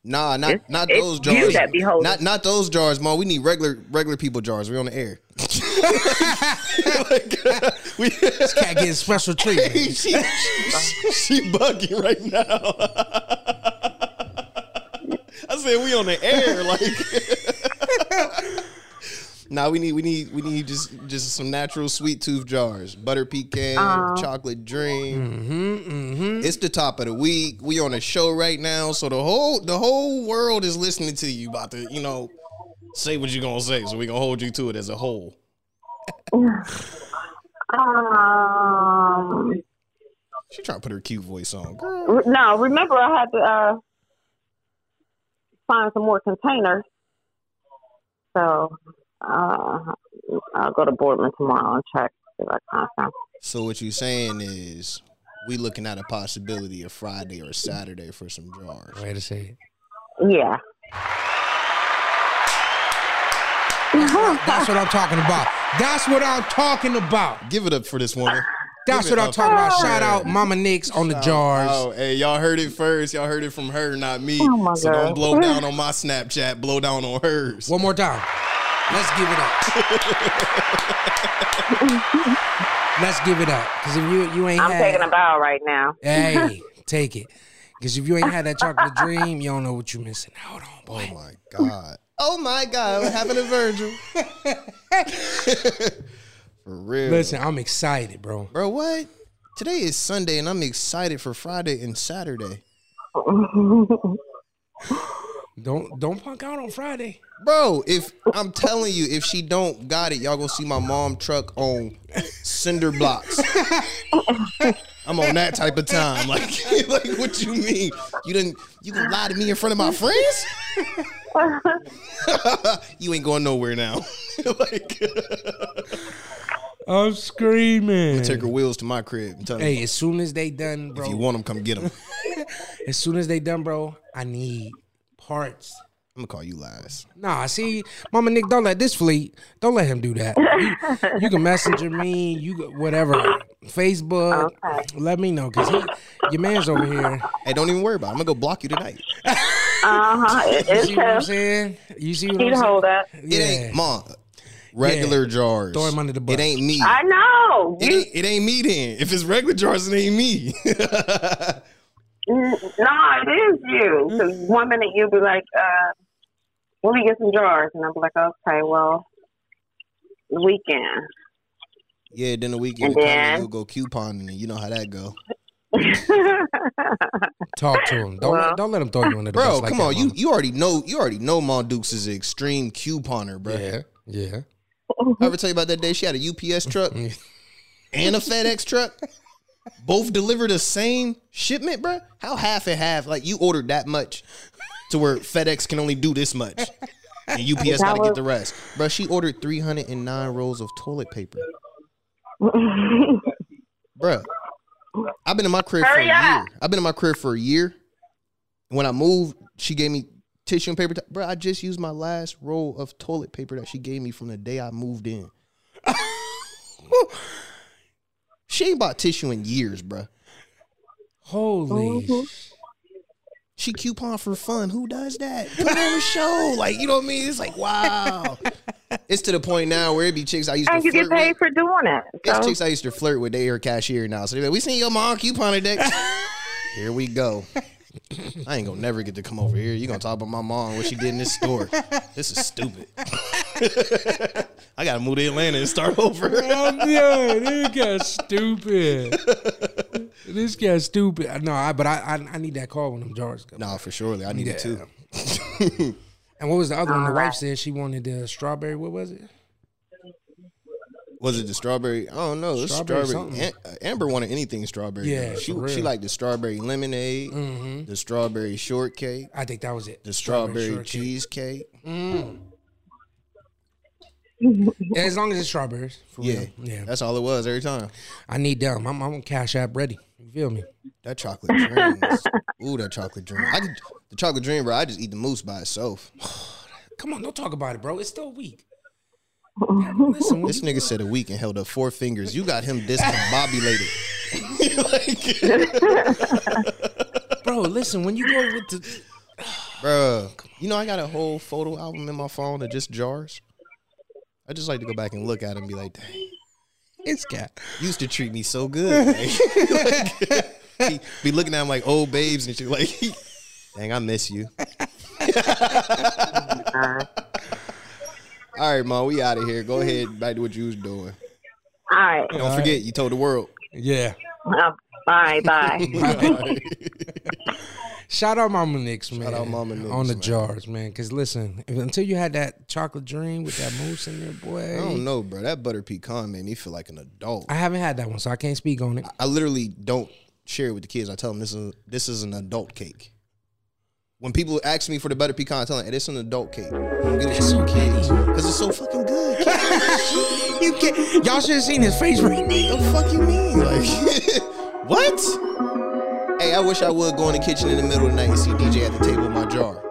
Nah, not It's- not it's those you jars. that be holding. Not not those jars, mom. We need regular regular people jars. We're on the air. Like, we, Cat getting special treatment. she, she bugging right now. I said we on the air, like. nah, we need we need we need just just some natural sweet tooth jars, butter pecan, chocolate dream. Mm-hmm, It's the top of the week. We on a show right now, so the whole the whole world is listening to you about to you know say what you gonna say, so we gonna hold you to it as a whole. Um, She trying to put her cute voice on, girl. re- no, remember I had to uh, find some more containers. So uh, I'll go to Boardman tomorrow and check if I can find So what you saying is we looking at a possibility of Friday or Saturday for some jars. Way to say it. some. Yeah. That's what I'm talking about. That's what I'm talking about. Give it up for this woman. That's Give it what I'm up talking about. for Shout her. out Mama Nicks on the jars. Oh, hey, y'all heard it first. Y'all heard it from her, not me. Oh, my so don't God. blow down on my Snapchat. Blow down on hers. One more time. Let's give it up. Let's give it up. Because if you you ain't I'm had, taking a bow right now. Hey, take it. Because if you ain't had that chocolate dream, you don't know what you're missing out on, boy. Oh my God. Oh my God. What happened to Virgil? for real. Listen, I'm excited, bro. Bro, what? Today is Sunday and I'm excited for Friday and Saturday. Don't don't punk out on Friday. Bro, if I'm telling you, if she don't got it, y'all gonna see my mom truck on cinder blocks. I'm on that type of time. Like, like what you mean? You didn't you gonna lie to me in front of my friends? you ain't going nowhere now. like I'm screaming. take her wheels to my crib and tell them Hey, as soon as they done, bro. if you want them, come get them. as soon as they done, bro, I need parts. I'm gonna call you lies. Nah, see, Mama Nick, don't let this fleet. Don't let him do that. You, you can messenger me. You can- whatever, Facebook. Let me know, cause he, your man's over here. Hey, don't even worry about it. I'm gonna go block you tonight. Uh huh. It, You it's see what I'm him. saying? You see what He'd I'm saying? hold up. It ain't mom. Regular jars. Throw him under the bus. It ain't me. I know. it, You, ain't, it ain't me then. If it's regular jars, it ain't me. no, it is you. 'Cause one minute you'll be like, uh, "Let me get some drawers," and I'll be like, "Okay, well, the weekend." yeah, then the weekend come And then- you go couponing and you know how that go. Talk to him. Don't let, don't let him throw you under the Bro, bus. like come that, on. You Mama. you already know you already know Mom Dukes is an extreme couponer, bro. Yeah, yeah. I ever tell you about that day she had a UPS truck and a FedEx truck? Both deliver the same shipment, bruh? How half and half? Like you ordered that much to where FedEx can only do this much. And UPS gotta get the rest. Bruh, she ordered 309 rolls of toilet paper. Bruh. I've been in my crib for a Hurry up. year. I've been in my crib for a year. When I moved, she gave me tissue and paper. towel. Bruh, I just used my last roll of toilet paper that she gave me from the day I moved in. She ain't bought tissue in years, bruh. Holy. She coupon for fun. Who does that? Put it on the show. Like, you know what I mean? It's like, wow. it's to the point now where it be chicks I used and to you flirt get paid with. for doing it. It's So chicks I used to flirt with. They are cashier now. So they be like, we seen your mom coupon today. here we go. I ain't gonna never get to come over here. You gonna talk about my mom, what she did in this store. This is stupid. I gotta move to Atlanta and start over. I'm done. This guy's stupid. this guy's stupid. No, I, but I, I I need that call when them jars come. nah, for surely. I need it too. And what was the other one? The Uh-huh. wife said she wanted the strawberry. What was it? Was it the strawberry? I don't know. It's Strawberry strawberry. something. Am- uh, Amber wanted anything strawberry. Yeah, though. she for she real. Mm-hmm. liked the strawberry lemonade, the strawberry shortcake, I think that was it. the strawberry, shortcake. cheesecake. Yeah, as long as it's strawberries. For Yeah, real. Yeah. that's all it was every time. I need them. I'm, I'm cash app ready. You feel me? That chocolate dream. was- Ooh, that chocolate dream. I could, the chocolate dream, bro. I just eat the mousse by itself. Come on, don't talk about it, bro. It's still weak. Listen, This nigga said a week and held up four fingers. You got him discombobulated, like, bro, listen, when you go with the bro. You know I got a whole photo album in my phone of just jars. I just like to go back and look at it and be like, dang. it's cat. used to treat me so good. Like, he be looking at him like old babes and shit. Like, dang, I miss you. All right, ma, we out of here. Go ahead, back to what you was doing. all right. Don't forget, you told the world. Yeah. Uh, bye. Bye. Shout out Mama Nix, man. out Mama Nix, On the man. jars, man. Cause listen, if, until you had that chocolate dream with that mousse in there, boy. I don't know, bro. That butter pecan made me feel like an adult. I haven't had that one, so I can't speak on it. I literally don't share it with the kids. I tell them this is this is an adult cake. When people ask me for the butter pecan, I tell them "Hey, it's an adult cake. Don't get it for your kids because it's so fucking good. Kids You can't, y'all should have seen his face right now. The fuck you mean? Like, what? Hey, I wish I would go in the kitchen in the middle of the night and see DJ at the table with my jar.